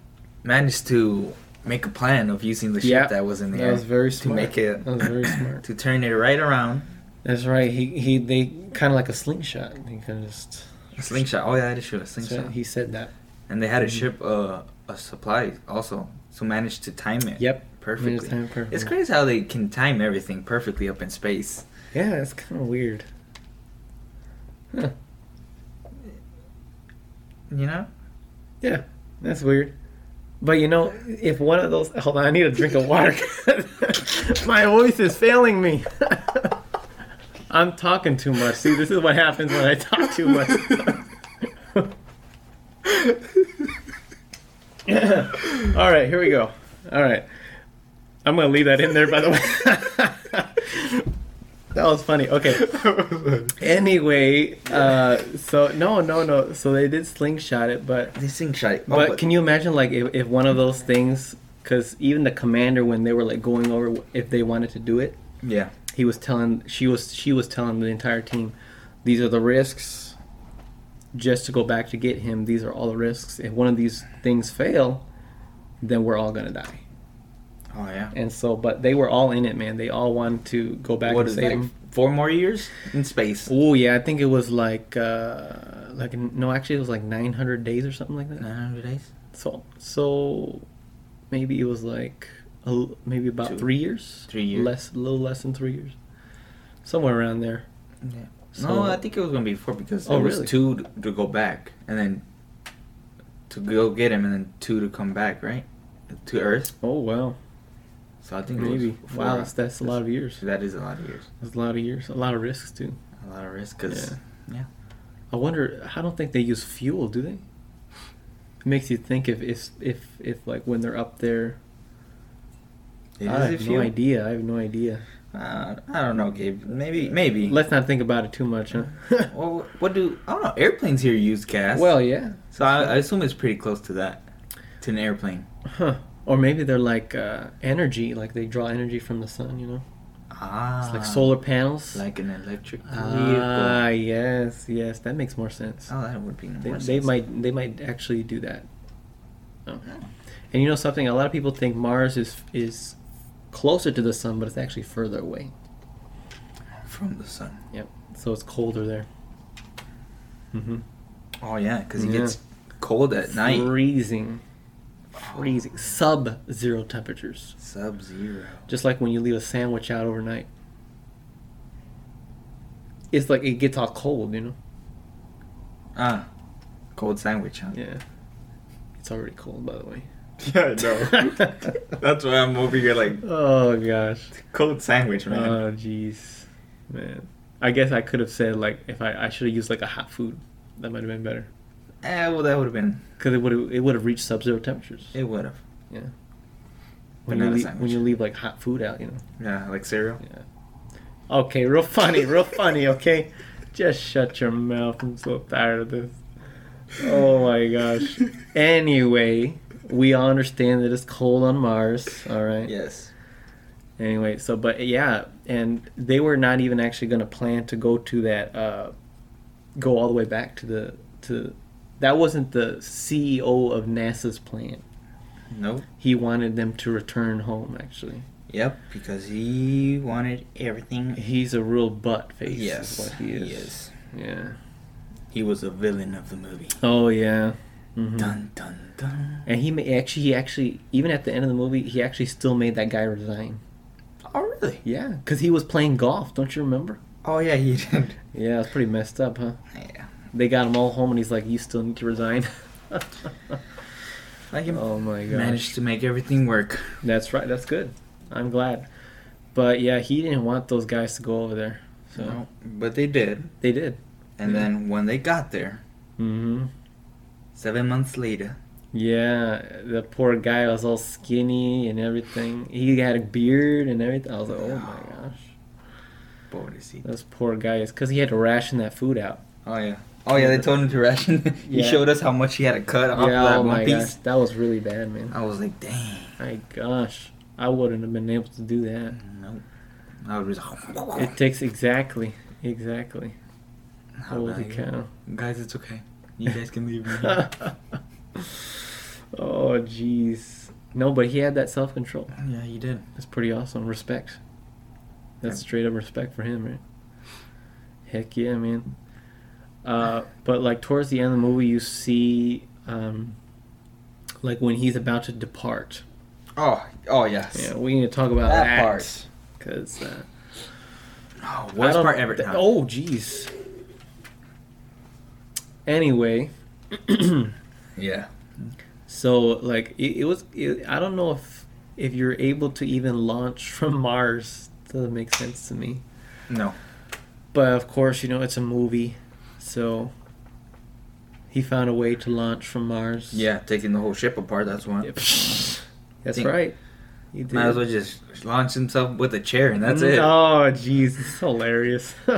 managed to make a plan of using the ship
Yeah,
that was in
that
there.
was very
To
smart.
make it.
That was very smart.
to turn it right around.
That's right. He he. They kind of like a slingshot. He kind of just.
A slingshot. Oh yeah, that is true. A
So
slingshot.
he said that.
and they had
Mm-hmm.
to ship uh, a supply also, so managed to time it.
Yep.
Perfectly.
Managed to time it perfectly.
It's crazy how they can time everything perfectly up in space.
Yeah, that's kind of weird. Huh.
You know?
Yeah, that's weird. But you know, if one of those hold on, I need a drink of water. My voice is failing me. I'm talking too much. See, this is what happens when I talk too much. All right, here we go. All right. I'm going to leave that in there by the way. that was funny. Okay. Anyway, uh so no, no, no. So they did slingshot it, but
They slingshot. it. Oh,
but, can you imagine like if, if one of those things because even the commander when they were like going over if they wanted to do it
Yeah.
he was telling she was she was telling the entire team these are the risks just to go back to get him these are all the risks if one of these things fail then we're all gonna die
Oh yeah.
and so but they were all in it man they all wanted to go back
What
and
is
save
like
him
four more years in space?
oh yeah i think it was like uh like no actually it was like
Ah.
900 days or something like that
Nine hundred days.
So so maybe it was like a l- maybe about
Two-
three years.
three years.
Less, a little less than three years, somewhere around there.
Yeah.
So-
no, I think it was gonna be four because
Oh,
there was
really?
two to- to go back and then to go get him and then two to come back, right? To Earth.
Oh wow,
So I think
maybe
It was four.
wow, that's, that's a lot of years.
That is a lot of years,
That's a lot of years, a lot of risks too.
a lot of risk. Cause
Yeah.
yeah,
I wonder. I don't think they use fuel, do they? It makes you think if if if, if like when they're up there.
It
I
is
have
if
no
you-
idea. I have no idea.
Uh, I don't know, Gabe. Maybe, maybe.
Let's not think about it too much, huh?
Well, what do I don't know? Airplanes here use gas.
well, yeah.
so I, I assume it's pretty close to that, to an airplane.
Huh. Or maybe they're like uh, energy, like they draw energy from the sun, you know?
Ah,
It's like solar panels.
like an electric vehicle.
ah, yes, yes, that makes more sense.
oh, that would be more
they,
sense.
they might they might actually do that. Oh.
Yeah.
And you know something? A lot of people think Mars is is closer to the sun, but it's actually further away.
from the sun.
Yep. So it's colder there. Mm-hmm.
Oh yeah, because it
Yeah.
gets cold at night. Oh.
Freezing, freezing, sub-zero temperatures.
Sub zero.
Just like when you leave a sandwich out overnight. It's like it gets all cold, you know.
Ah, cold sandwich, huh?
Yeah. It's already cold, by the way.
Yeah, I know. That's why I'm over here like
Oh gosh.
cold sandwich, man.
Oh jeez, man. I guess I could have said like if I I should have used like a hot food, that might have been better
eh, well, that would have been.
because it would it would have reached sub-zero temperatures.
It would have.
Yeah.
But
When you,
not a
leave,
sandwich.
when you leave like hot food out, you know.
Yeah, like cereal.
Yeah. Okay, real funny, real funny. Okay, just shut your mouth. I'm so tired of this. Oh my gosh. Anyway, we all understand that it's cold on Mars. All right.
Yes.
Anyway, so but yeah, and they were not even actually going to plan to go to that, uh, go all the way back to the to. That wasn't the CEO of NASA's plan.
Nope.
He wanted them to return home. Actually,
Yep, because he wanted everything.
he's a real butt face. is
Yes.
what he is.
Yes.
Yeah.
He was a villain of the movie.
Oh yeah. Mhm.
Dun dun dun.
And he ma- actually, he actually, even at the end of the movie, he actually still made that guy resign.
Oh really?
Yeah, because he was playing golf. Don't you remember?
Oh yeah, he did.
Yeah, it's pretty messed up, huh?
yeah.
They got him all home, and he's like, "You still need to resign."
Like him.
oh my gosh.
Managed to make everything work.
That's right. That's good. I'm glad. But yeah, he didn't want those guys to go over there, so
No, but they did.
they did.
And
Yeah.
then when they got there,
Mm-hmm.
seven months later,
Yeah, the poor guy was all skinny and everything. He had a beard and everything. I was like, "Oh my gosh."
pobrecito.
This poor guy is because he had to ration that food out.
Oh yeah. Oh yeah, they told him to ration. he
Yeah.
showed us how much he had to cut off
yeah,
that
oh
one
my
piece. Oh.
gosh, that was really bad, man.
I was like, dang.
My gosh, I wouldn't have been able to do that.
Nope. I was like,
It takes exactly, exactly.
How
Holy
about you?
cow!
Guys, it's okay. You guys can leave me. here.
oh jeez, no, but he had that self control.
yeah, he did.
That's pretty awesome. Respect. That's
Yeah.
straight up respect for him, right? Heck yeah, man. Uh, but like towards the end of the movie, you see, um, like when he's about to depart.
Oh, oh yes.
Yeah, we need to talk about
That
that,
part.
Because uh,
Oh,
I
worst
don't-
part ever.
th-
No.
oh, jeez. Anyway,
Yeah.
so like it, it was. It, I don't know if if you're able to even launch from Mars. Doesn't make sense to me.
No.
But of course, you know it's a movie, so he found a way to launch from Mars.
Yeah, taking the whole ship apart. That's one.
Yep. That's
Think-
right. He did.
Might as well just launch himself with a chair and that's it.
Oh, jeez, it's hilarious.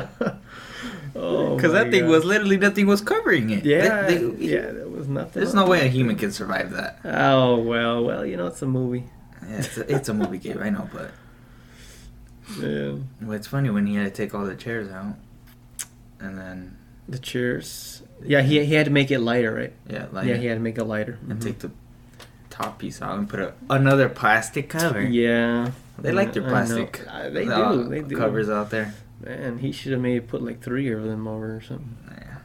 oh,
Because that
my
thing
God.
was literally nothing was covering it. They-
Yeah,
they-
yeah, that was nothing.
There's
on
no way a
it.
human can survive that.
Oh well, well, you know it's a movie.
Yeah, it's, a, it's a movie game, I know, but
Yeah.
well, it's funny when he had to take all the chairs out, and then
The chairs. Yeah, he he had to make it lighter, right?
yeah, like
yeah, he had to make it lighter.
and
Mhm.
take the top piece out and put a, another plastic cover.
Yeah.
They like their
I know.
plastic.
Uh, they
uh,
do. They do.
covers out there.
Man, he should have maybe put like three of them over or something.
Yeah.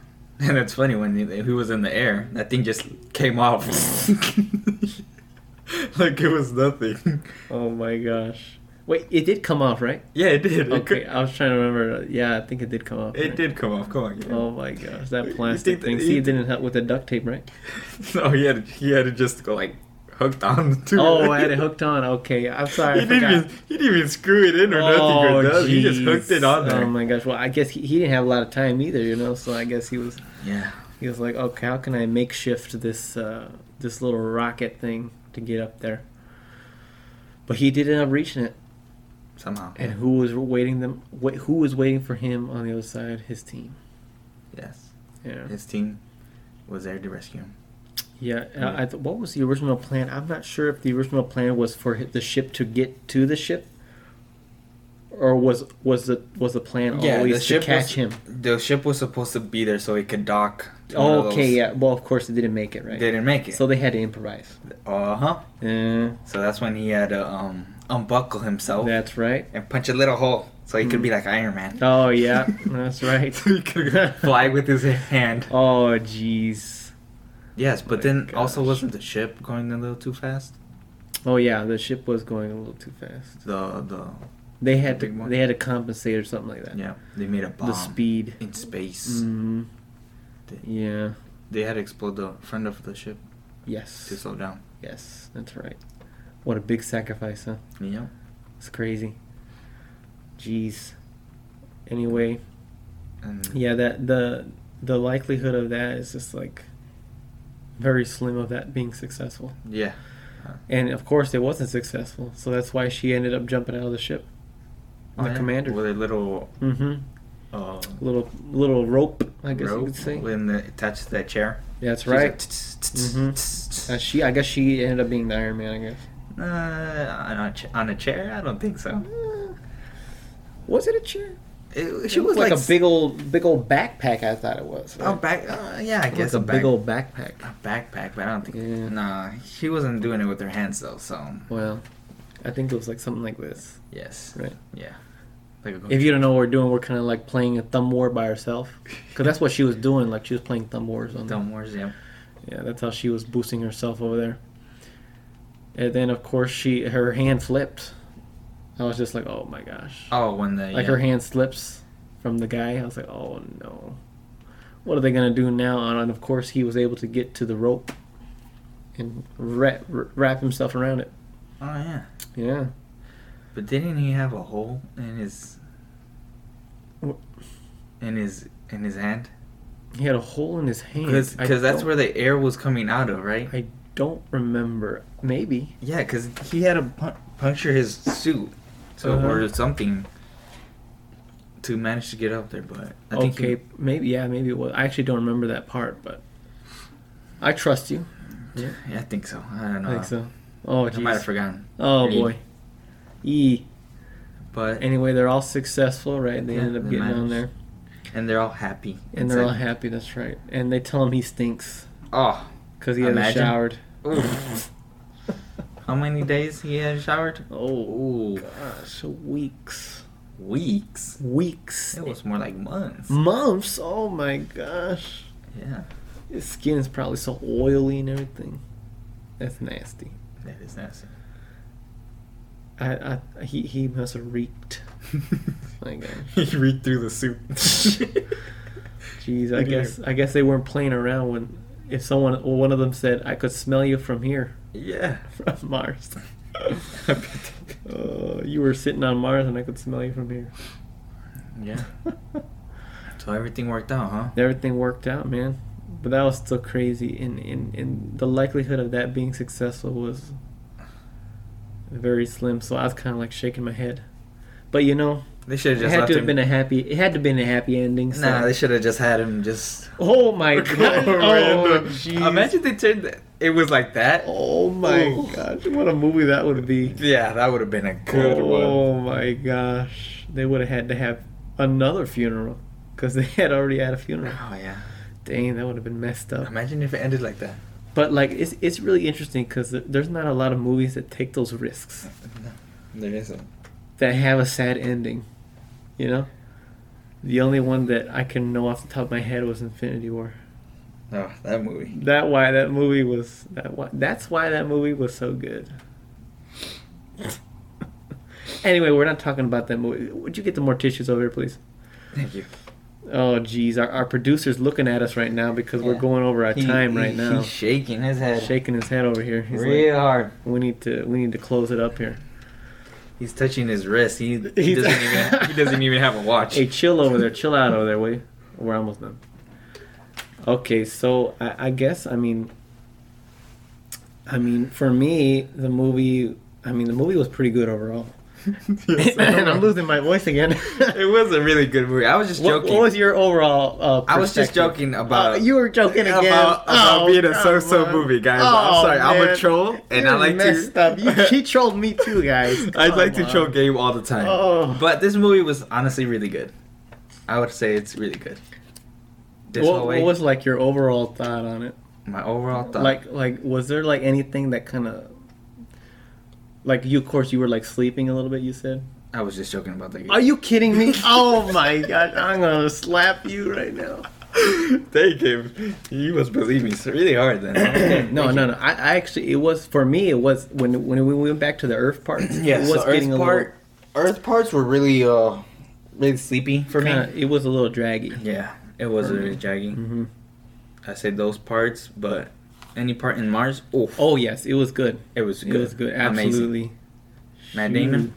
And that's funny when he, he was in the air, that thing just came off. like it was nothing.
Oh my gosh. Wait, it did come off, right?
Yeah, it did. It,
Okay,
co-
I was trying to remember. Yeah, I think it did come off.
it
right?
did come off. Come on. yeah.
Oh my gosh,
You
that
think
plastic
that
thing.
he-
See, it didn't help with the duct tape, right?
No, he had he had it just go like hooked on to.
Oh,
it.
I had it hooked on. Okay, I'm sorry. I
he didn't
forgot. Oh,
even he didn't even screw it in or nothing or nothing. He just
jeez.
hooked it on there.
Oh my gosh. Well, I guess he, he didn't have a lot of time either, you know. So I guess he was
yeah.
he was like, okay, how can I makeshift this uh, this little rocket thing to get up there? But he did end up reaching it,
Somehow.
and who was waiting them? Wait, who was waiting for him on the other side? His team.
Yes.
Yeah.
His team was there to rescue him.
Yeah, and
Yeah.
I th- what was the original plan? I'm not sure if the original plan was for hi- the ship to get to the ship, or was was the was the plan always to catch
was,
him?
The ship was supposed to be there so it could dock. to one of
Okay,
those-
yeah. Well, of course, they didn't make it, right?
They didn't make it.
So they had to improvise.
uh huh.
Uh,
So that's when he had to um, unbuckle himself
that's right.
and punch a little hole so he could
Mm.
be like Iron Man.
Oh yeah, that's right.
so he could fly with his hand.
Oh jeez.
Yes, but
My
then also
gosh.
wasn't the ship going a little too fast?
Oh yeah, the ship was going a little too fast.
The the
They had
Big
to
one.
they had to compensate or something like that.
yeah they made a bomb
The speed.
in space.
Mm, yeah.
They had to explode the front of the ship
Yes.
to slow down.
Yes, that's right. What a big sacrifice, huh?
Yeah.
It's crazy. Jeez. Anyway,
And
yeah, that the the likelihood of that is just like very slim of that being successful.
Yeah. Uh,
And of course, it wasn't successful, so that's why she ended up jumping out of the ship.
oh,
The
yeah,
commander.
with a little
Mm-hmm.
uh,
Little little rope, I guess you
rope
could say.
when the, attached to that chair.
That's
She's like,
right.
"Tss, tss,
Mhm.
tss, tss."
Uh, she, I guess she ended up being the Iron Man. I guess.
Uh, on a ch- on a chair? I don't think so.
Was it a chair?
It,
She was like, a big old big old backpack. I thought it was.
a
right?
back. Uh, yeah, I
Like
guess
a
back-
big old backpack.
a backpack, but I don't think.
Yeah.
Nah, she wasn't doing it with her hands though. So
Well, I think it was like something like this.
yes,
Right.
yeah. Like a
If you don't know what we're doing, we're kind of like playing a thumb war by herself, because that's what she was doing. Like she was playing thumb wars on.
Thumb wars, yeah.
Yeah, that's how she was boosting herself over there. And then of course she her hand flipped. I was just like, oh my gosh.
Oh, when the
Like
yeah.
her hand slips from the guy. I was like, oh no. What are they gonna do now? And of course he was able to get to the rope and wrap, wrap himself around it.
Oh yeah,
Yeah.
but didn't he have a hole in his
Wh-
in his in his hand?
He had a hole in his hand.
Because
I
that's
don't-
where the air was coming out of, right?
I don't remember. Maybe.
Yeah, because he had to pun- puncture his suit, so
Uh-huh.
or something, to manage to get up there. But I think
okay. Maybe. Yeah. Maybe it was. I actually don't remember that part, but I trust you.
he, yeah, I think so. I don't know.
I think so. Oh,
I might have
jeez.
forgotten.
Oh
E.
boy. E.
But
Anyway, they're all successful, right? They
Yeah,
ended up
they
getting on
managed.
there,
and they're all happy.
and they're all
inside.
happy. That's right. And they tell him he stinks
Oh,
because he hasn't
Imagine.
showered.
Oof. how many days he had showered?
Oh
Ooh,
gosh, weeks,
weeks.
weeks,
It was more like months.
months. Oh my gosh.
Yeah,
His skin is probably so oily and everything. That's nasty.
that is nasty.
I, I he he must have reeked. My gosh.
he read through the suit.
Jeez, I
Look at
guess
her.
I guess they weren't playing around when if someone well, one of them said, "I could smell you from here,
yeah.
from Mars."
I bet they-
uh, you were sitting on Mars, and I could smell you from here.
yeah. So everything worked out, huh?
Everything worked out, man. But that was still crazy, and, and, and the likelihood of that being successful was very slim. So I was kind of like shaking my head. But you know,
They should have
it
just
had
left
to have
him.
been a happy. It had to have been a happy ending. So.
nah, they should have just had him just.
Oh my
Go
god!
around
Oh,
the-
jeez.
Imagine they turned it. It was like that.
Oh my
Ooh.
gosh, what a movie that would be.
Yeah, that would have been a good one.
oh my gosh. They would have had to have another funeral because they had already had a funeral.
Oh yeah.
Dang, that would have been messed up.
Imagine if it ended like that.
But like, it's, it's really interesting because there's not a lot of movies that take those risks,
There isn't.
that have a sad ending, you know? The only one that I can know off the top of my head was Infinity War.
Oh, that movie.
That why that movie was that why, that's why that movie was so good. anyway, we're not talking about that movie. Would you get the more tissues over here, please?
Thank you.
Oh, geez, our, our producer's looking at us right now because we're
Yeah.
going over our
He-
time
he-
right now.
He's shaking his head
Shaking his head over here. He's like,
real hard.
we need to we need to close it up here.
He's touching his wrist. He, he doesn't
He's-
even he doesn't even have a watch.
Hey, chill over there. Chill out over there, will you? We're almost done. Okay, so I, I guess I mean, I mean for me the movie. I mean the movie was pretty good overall. and I'm losing my voice again.
It was a really good movie. I was just
what,
joking.
what was your overall? Uh,
I was just
perspective?
joking about
Uh, you were joking again
about, about
Oh,
being a
come
so-so
on.
movie, guys.
Oh,
I'm sorry, I'm
man.
a troll, and
You
I like
messed
to.
Up. You, he trolled me too, guys.
I
Come
like to
on.
troll Gabe all the time.
Oh.
But this movie was honestly really good. I would say it's really good. This
What,
whole
what
way,
was like your overall thought on it?
my overall thought.
Like, like, was there like anything that kind of, like, you? Of course, you were like sleeping a little bit. You said.
I was just joking about the.
Are you kidding me? oh my god! I'm gonna slap you right now.
Thank him. You must believe me. It's really hard then. Okay,
no,
thank
no,
you.
no. I, I actually, it was for me. It was when when we went back to the Earth part.
Yeah,
it was
so Earth
a
part, Earth parts were really, uh, really sleepy for
little,
me.
kinda- it was a little draggy.
Yeah, it was
For me.
really jaggy.
hmm
I say those parts, but any part in Mars, oh,
Oh yes, it was good.
it was good.
It was good.
Amazing.
Absolutely.
Matt Damon,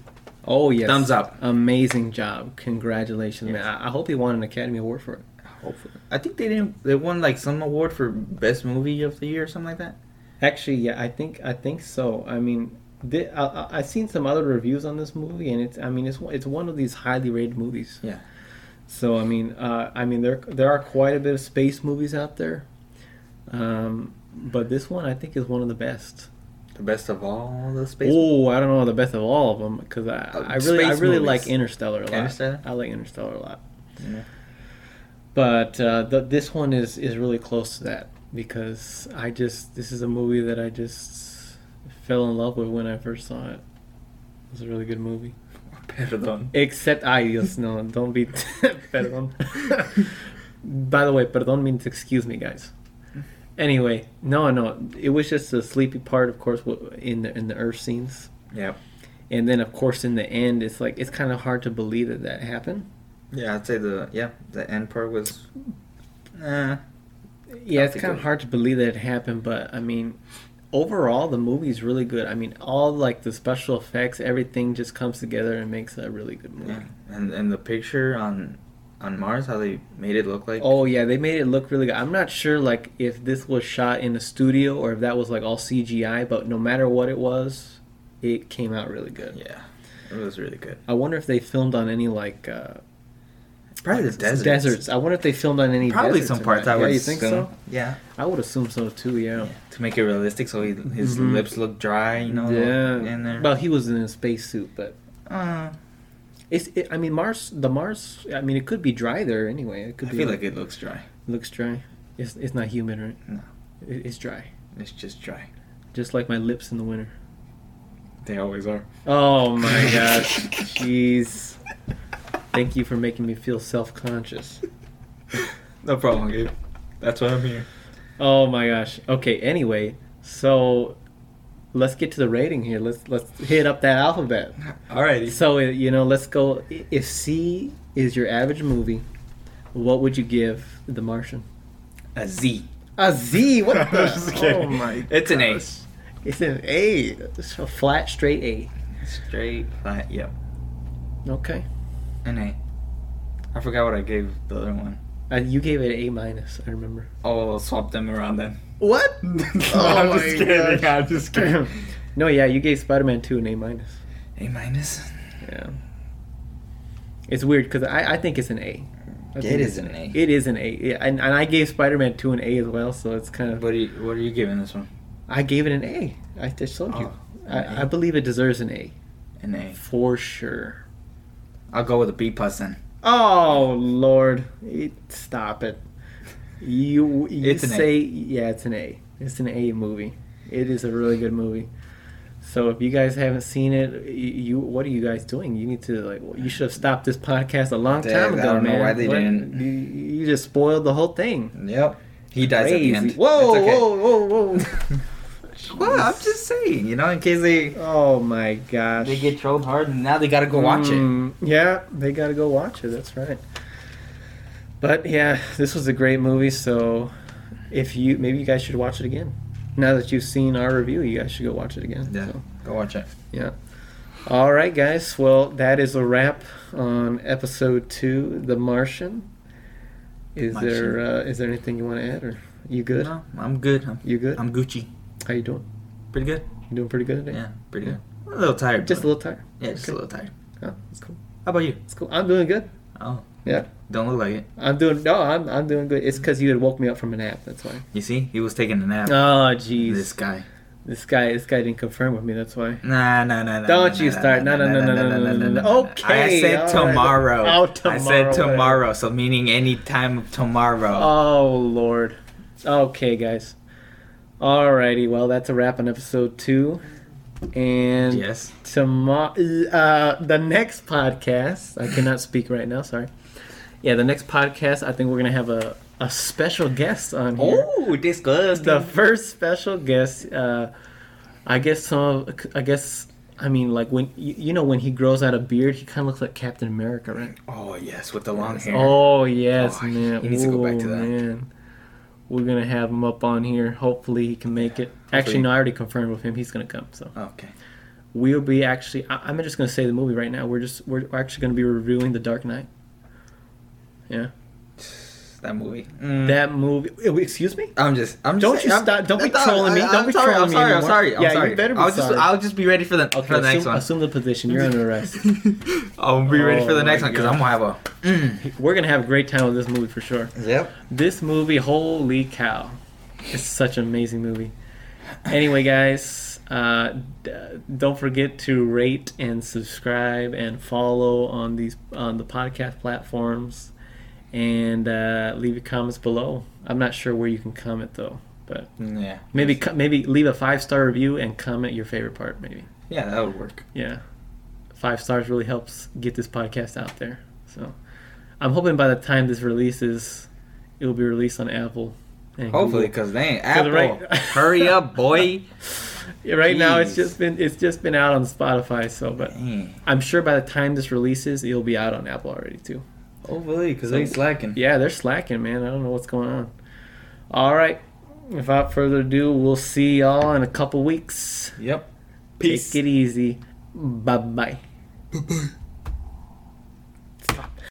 Oh yes.
Thumbs up.
Amazing job. Congratulations,
Yes.
man. I, I hope he won an Academy Award for it.
hopefully. I think they didn't. They won like some award for best movie of the year or something like that.
Actually, yeah, I think I think so. I mean, thi- I, I, I've seen some other reviews on this movie, and it's I mean it's one- it's one of these highly rated movies.
Yeah.
So I mean, uh, I mean there there are quite a bit of space movies out there, um, but this one I think is one of the best.
The best of all the space.
Oh, I don't know the best of all of them because I,
Uh,
I really I
space
really
movies.
like Interstellar a lot.
Interstellar?
I like Interstellar a lot.
you know?
but uh, th this one is is really close to that because I just this is a movie that I just fell in love with when I first saw it. It was a really good movie.
Perdón.
Except I just no, don't be perdón. By the way, perdón means excuse me, guys. Anyway, no, no, it was just the sleepy part, of course, w- in the in the Earth scenes,
Yeah.
and then of course in the end, it's like it's kind of hard to believe that that happened.
Yeah, I'd say the yeah the end part was. Uh,
Yeah,
Not
it's
the
kind of
good.
hard to believe that it happened, but I mean, overall, the movie's really good. I mean, all like the special effects, everything just comes together and makes a really good movie.
yeah. And and the picture on on Mars, how they made it look like.
Oh yeah, they made it look really good. I'm not sure like if this was shot in a studio or if that was like all CGI, but no matter what it was, it came out really good.
Yeah, it was really good.
I wonder if they filmed on any like uh,
Probably
like,
the deserts.
deserts. I wonder if they filmed on any
Probably
deserts
some
or
parts.
not.
I
yeah,
would
you think
assume.
so?
Yeah.
I would assume so too. Yeah.
to make it realistic, so he, his
Mhm.
lips look dry, you know, in there.
Well, he was in a spacesuit, but
uh,
It's. It, I mean, Mars. The Mars. I mean, it could be dry there anyway. It could
I
be.
feel like it looks dry.
looks dry. It's. It's not humid, right?
No,
It, it's dry.
it's just dry.
Just like my lips in the winter.
They always are.
Oh my gosh. Jeez. Thank you for making me feel self-conscious.
No problem, Gabe. That's why I'm here.
Oh my gosh. Okay. Anyway, so let's get to the rating here. Let's let's hit up that alphabet.
Alrighty.
So uh, you know, let's go. I- If C is your average movie, what would you give The Martian?
a Z.
A Z? What the?
Just
Oh
kidding. It's an A.
gosh. It's an A. It's a flat, straight A.
Straight flat. Yep.
Okay.
An A. I forgot what I gave the other one.
Uh, you gave it an A minus. I remember.
Oh, swap them around then.
What?
No,
Oh
I'm
my
just kidding.
gosh.
I'm just kidding.
no, yeah, you gave Spider-Man two an A minus.
A minus.
Yeah. It's weird because I, I think it's an A. I
It
think
is
it's
an A.
It is an A. Yeah, and, and I gave Spider-Man two an A as well, so it's kind
What
of.
are you, What are you giving this one?
I gave it an A. I just told you.
Oh, an
I,
A.
I believe it deserves an A
An A.
for sure.
I'll go with a B plus then.
Oh Lord, it, stop it! You you
It's an A.
say yeah, it's an A. It's an A movie. It is a really good movie. So if you guys haven't seen it, y- you what are you guys doing? You need to like you should have stopped this podcast a long
Dang,
time
I
ago,
don't know
man.
why they
What-
didn't.
You, you just spoiled the whole thing.
Yep. He dies at the
Crazy.
end.
Whoa,
It's okay.
whoa, whoa, whoa.
Well, I'm just saying, you know, in case they
oh my gosh.
They get trolled hard, and now they gotta
gotta
go.
go watch it.
Mm,
Yeah.
They gotta go watch it. That's right. But yeah, this was a great movie. So if you maybe you guys should watch it again. Now that you've seen our review, you guys should go watch it again.
Yeah,
So,
go watch it.
yeah. All right, guys. Well, that is a wrap on episode two, The Martian. Is
Martian.
there uh, is there anything you want to add, or you good?
No, I'm good. I'm,
You good?
I'm Gucci.
How you doing?
Pretty good.
You doing pretty good today?
Yeah, pretty good. I'm a little tired.
Just a
but-
little tired.
Yeah, just
okay.
a little tired.
Oh, that's cool.
How about you?
It's cool. I'm doing good.
Oh,
Yeah,
don't look like it.
I'm doing. No, I'm I'm doing good. It's because you had woke me up from a nap. That's why.
You see, he was taking a nap.
Oh, jeez.
This guy.
This guy, this guy didn't confirm with me. That's why.
Nah, nah, nah, nah.
Don't
nah,
you
nah,
start.
nah,
No,
nah,
no,
nah,
no,
nah,
no,
nah,
no, no,
nah,
no.
nah, nah.
Okay,
I said
all right.
tomorrow.
Oh,
I said
tomorrow.
tomorrow. So meaning any time of tomorrow.
Um,
Oh Lord. Okay, guys. Alrighty. Well, that's a wrap on episode two. And
yes.
tomorrow, uh, the next podcast. I cannot speak right now. Sorry.
Yeah. The next podcast, I think we're gonna have a, a special guest on here.
Oh, disgusting.
the first special guest uh i guess some of, i guess i mean like when you, you know when he grows out a beard he kind of looks like captain america right
Oh yes, with the long hair.
oh yes
Oh,
man
he needs to go back to
Ooh,
that.
man. we're gonna have him up on here hopefully he can make it actually no i already confirmed with him he's gonna come so
Okay.
we'll be actually I, i'm just gonna say the movie right now we're just we're actually gonna be reviewing the dark knight yeah
That movie. Mm.
that movie eh, excuse me
I'm just. I'm
Don't
just.
you
I'm,
stop- don't be
that's all.
trolling me.
I-
Don't
I'm
be
sorry,
trolling
I'm
me
sorry. I'm
anymore.
sorry. I'm
Yeah, you
sorry.
better be
I'll just.
sorry.
I'll just be ready for the
okay
for the next
assume,
one.
assume the position you're under arrest
I'll be ready
Oh
for the
my
next one because I'm gonna have a. mm.
we're gonna have a great time with this movie for sure
Yep.
This movie, holy cow. It's such an amazing movie. Anyway, guys, uh, d- don't forget to rate and subscribe and follow on these on the podcast platforms, and uh, leave your comments below. I'm not sure where you can comment though, but
Yeah.
maybe co- maybe leave a five star review and comment your favorite part. Maybe
Yeah, that would work.
yeah, five stars really helps get this podcast out there. So I'm hoping by the time this releases, it will be released on Apple. And
Hopefully, because dang, Apple,
right-
hurry up, boy.
Google. right now it's
Jeez.
just been it's just been out on Spotify. So, but
Dang.
I'm sure by the time this releases, it'll be out on Apple already too.
Hopefully, because
So-
they slacking.
Yeah, they're slacking, man. I don't know what's going on. All right. Without further ado, we'll see y'all in a couple weeks.
Yep.
Take it easy. Bye bye.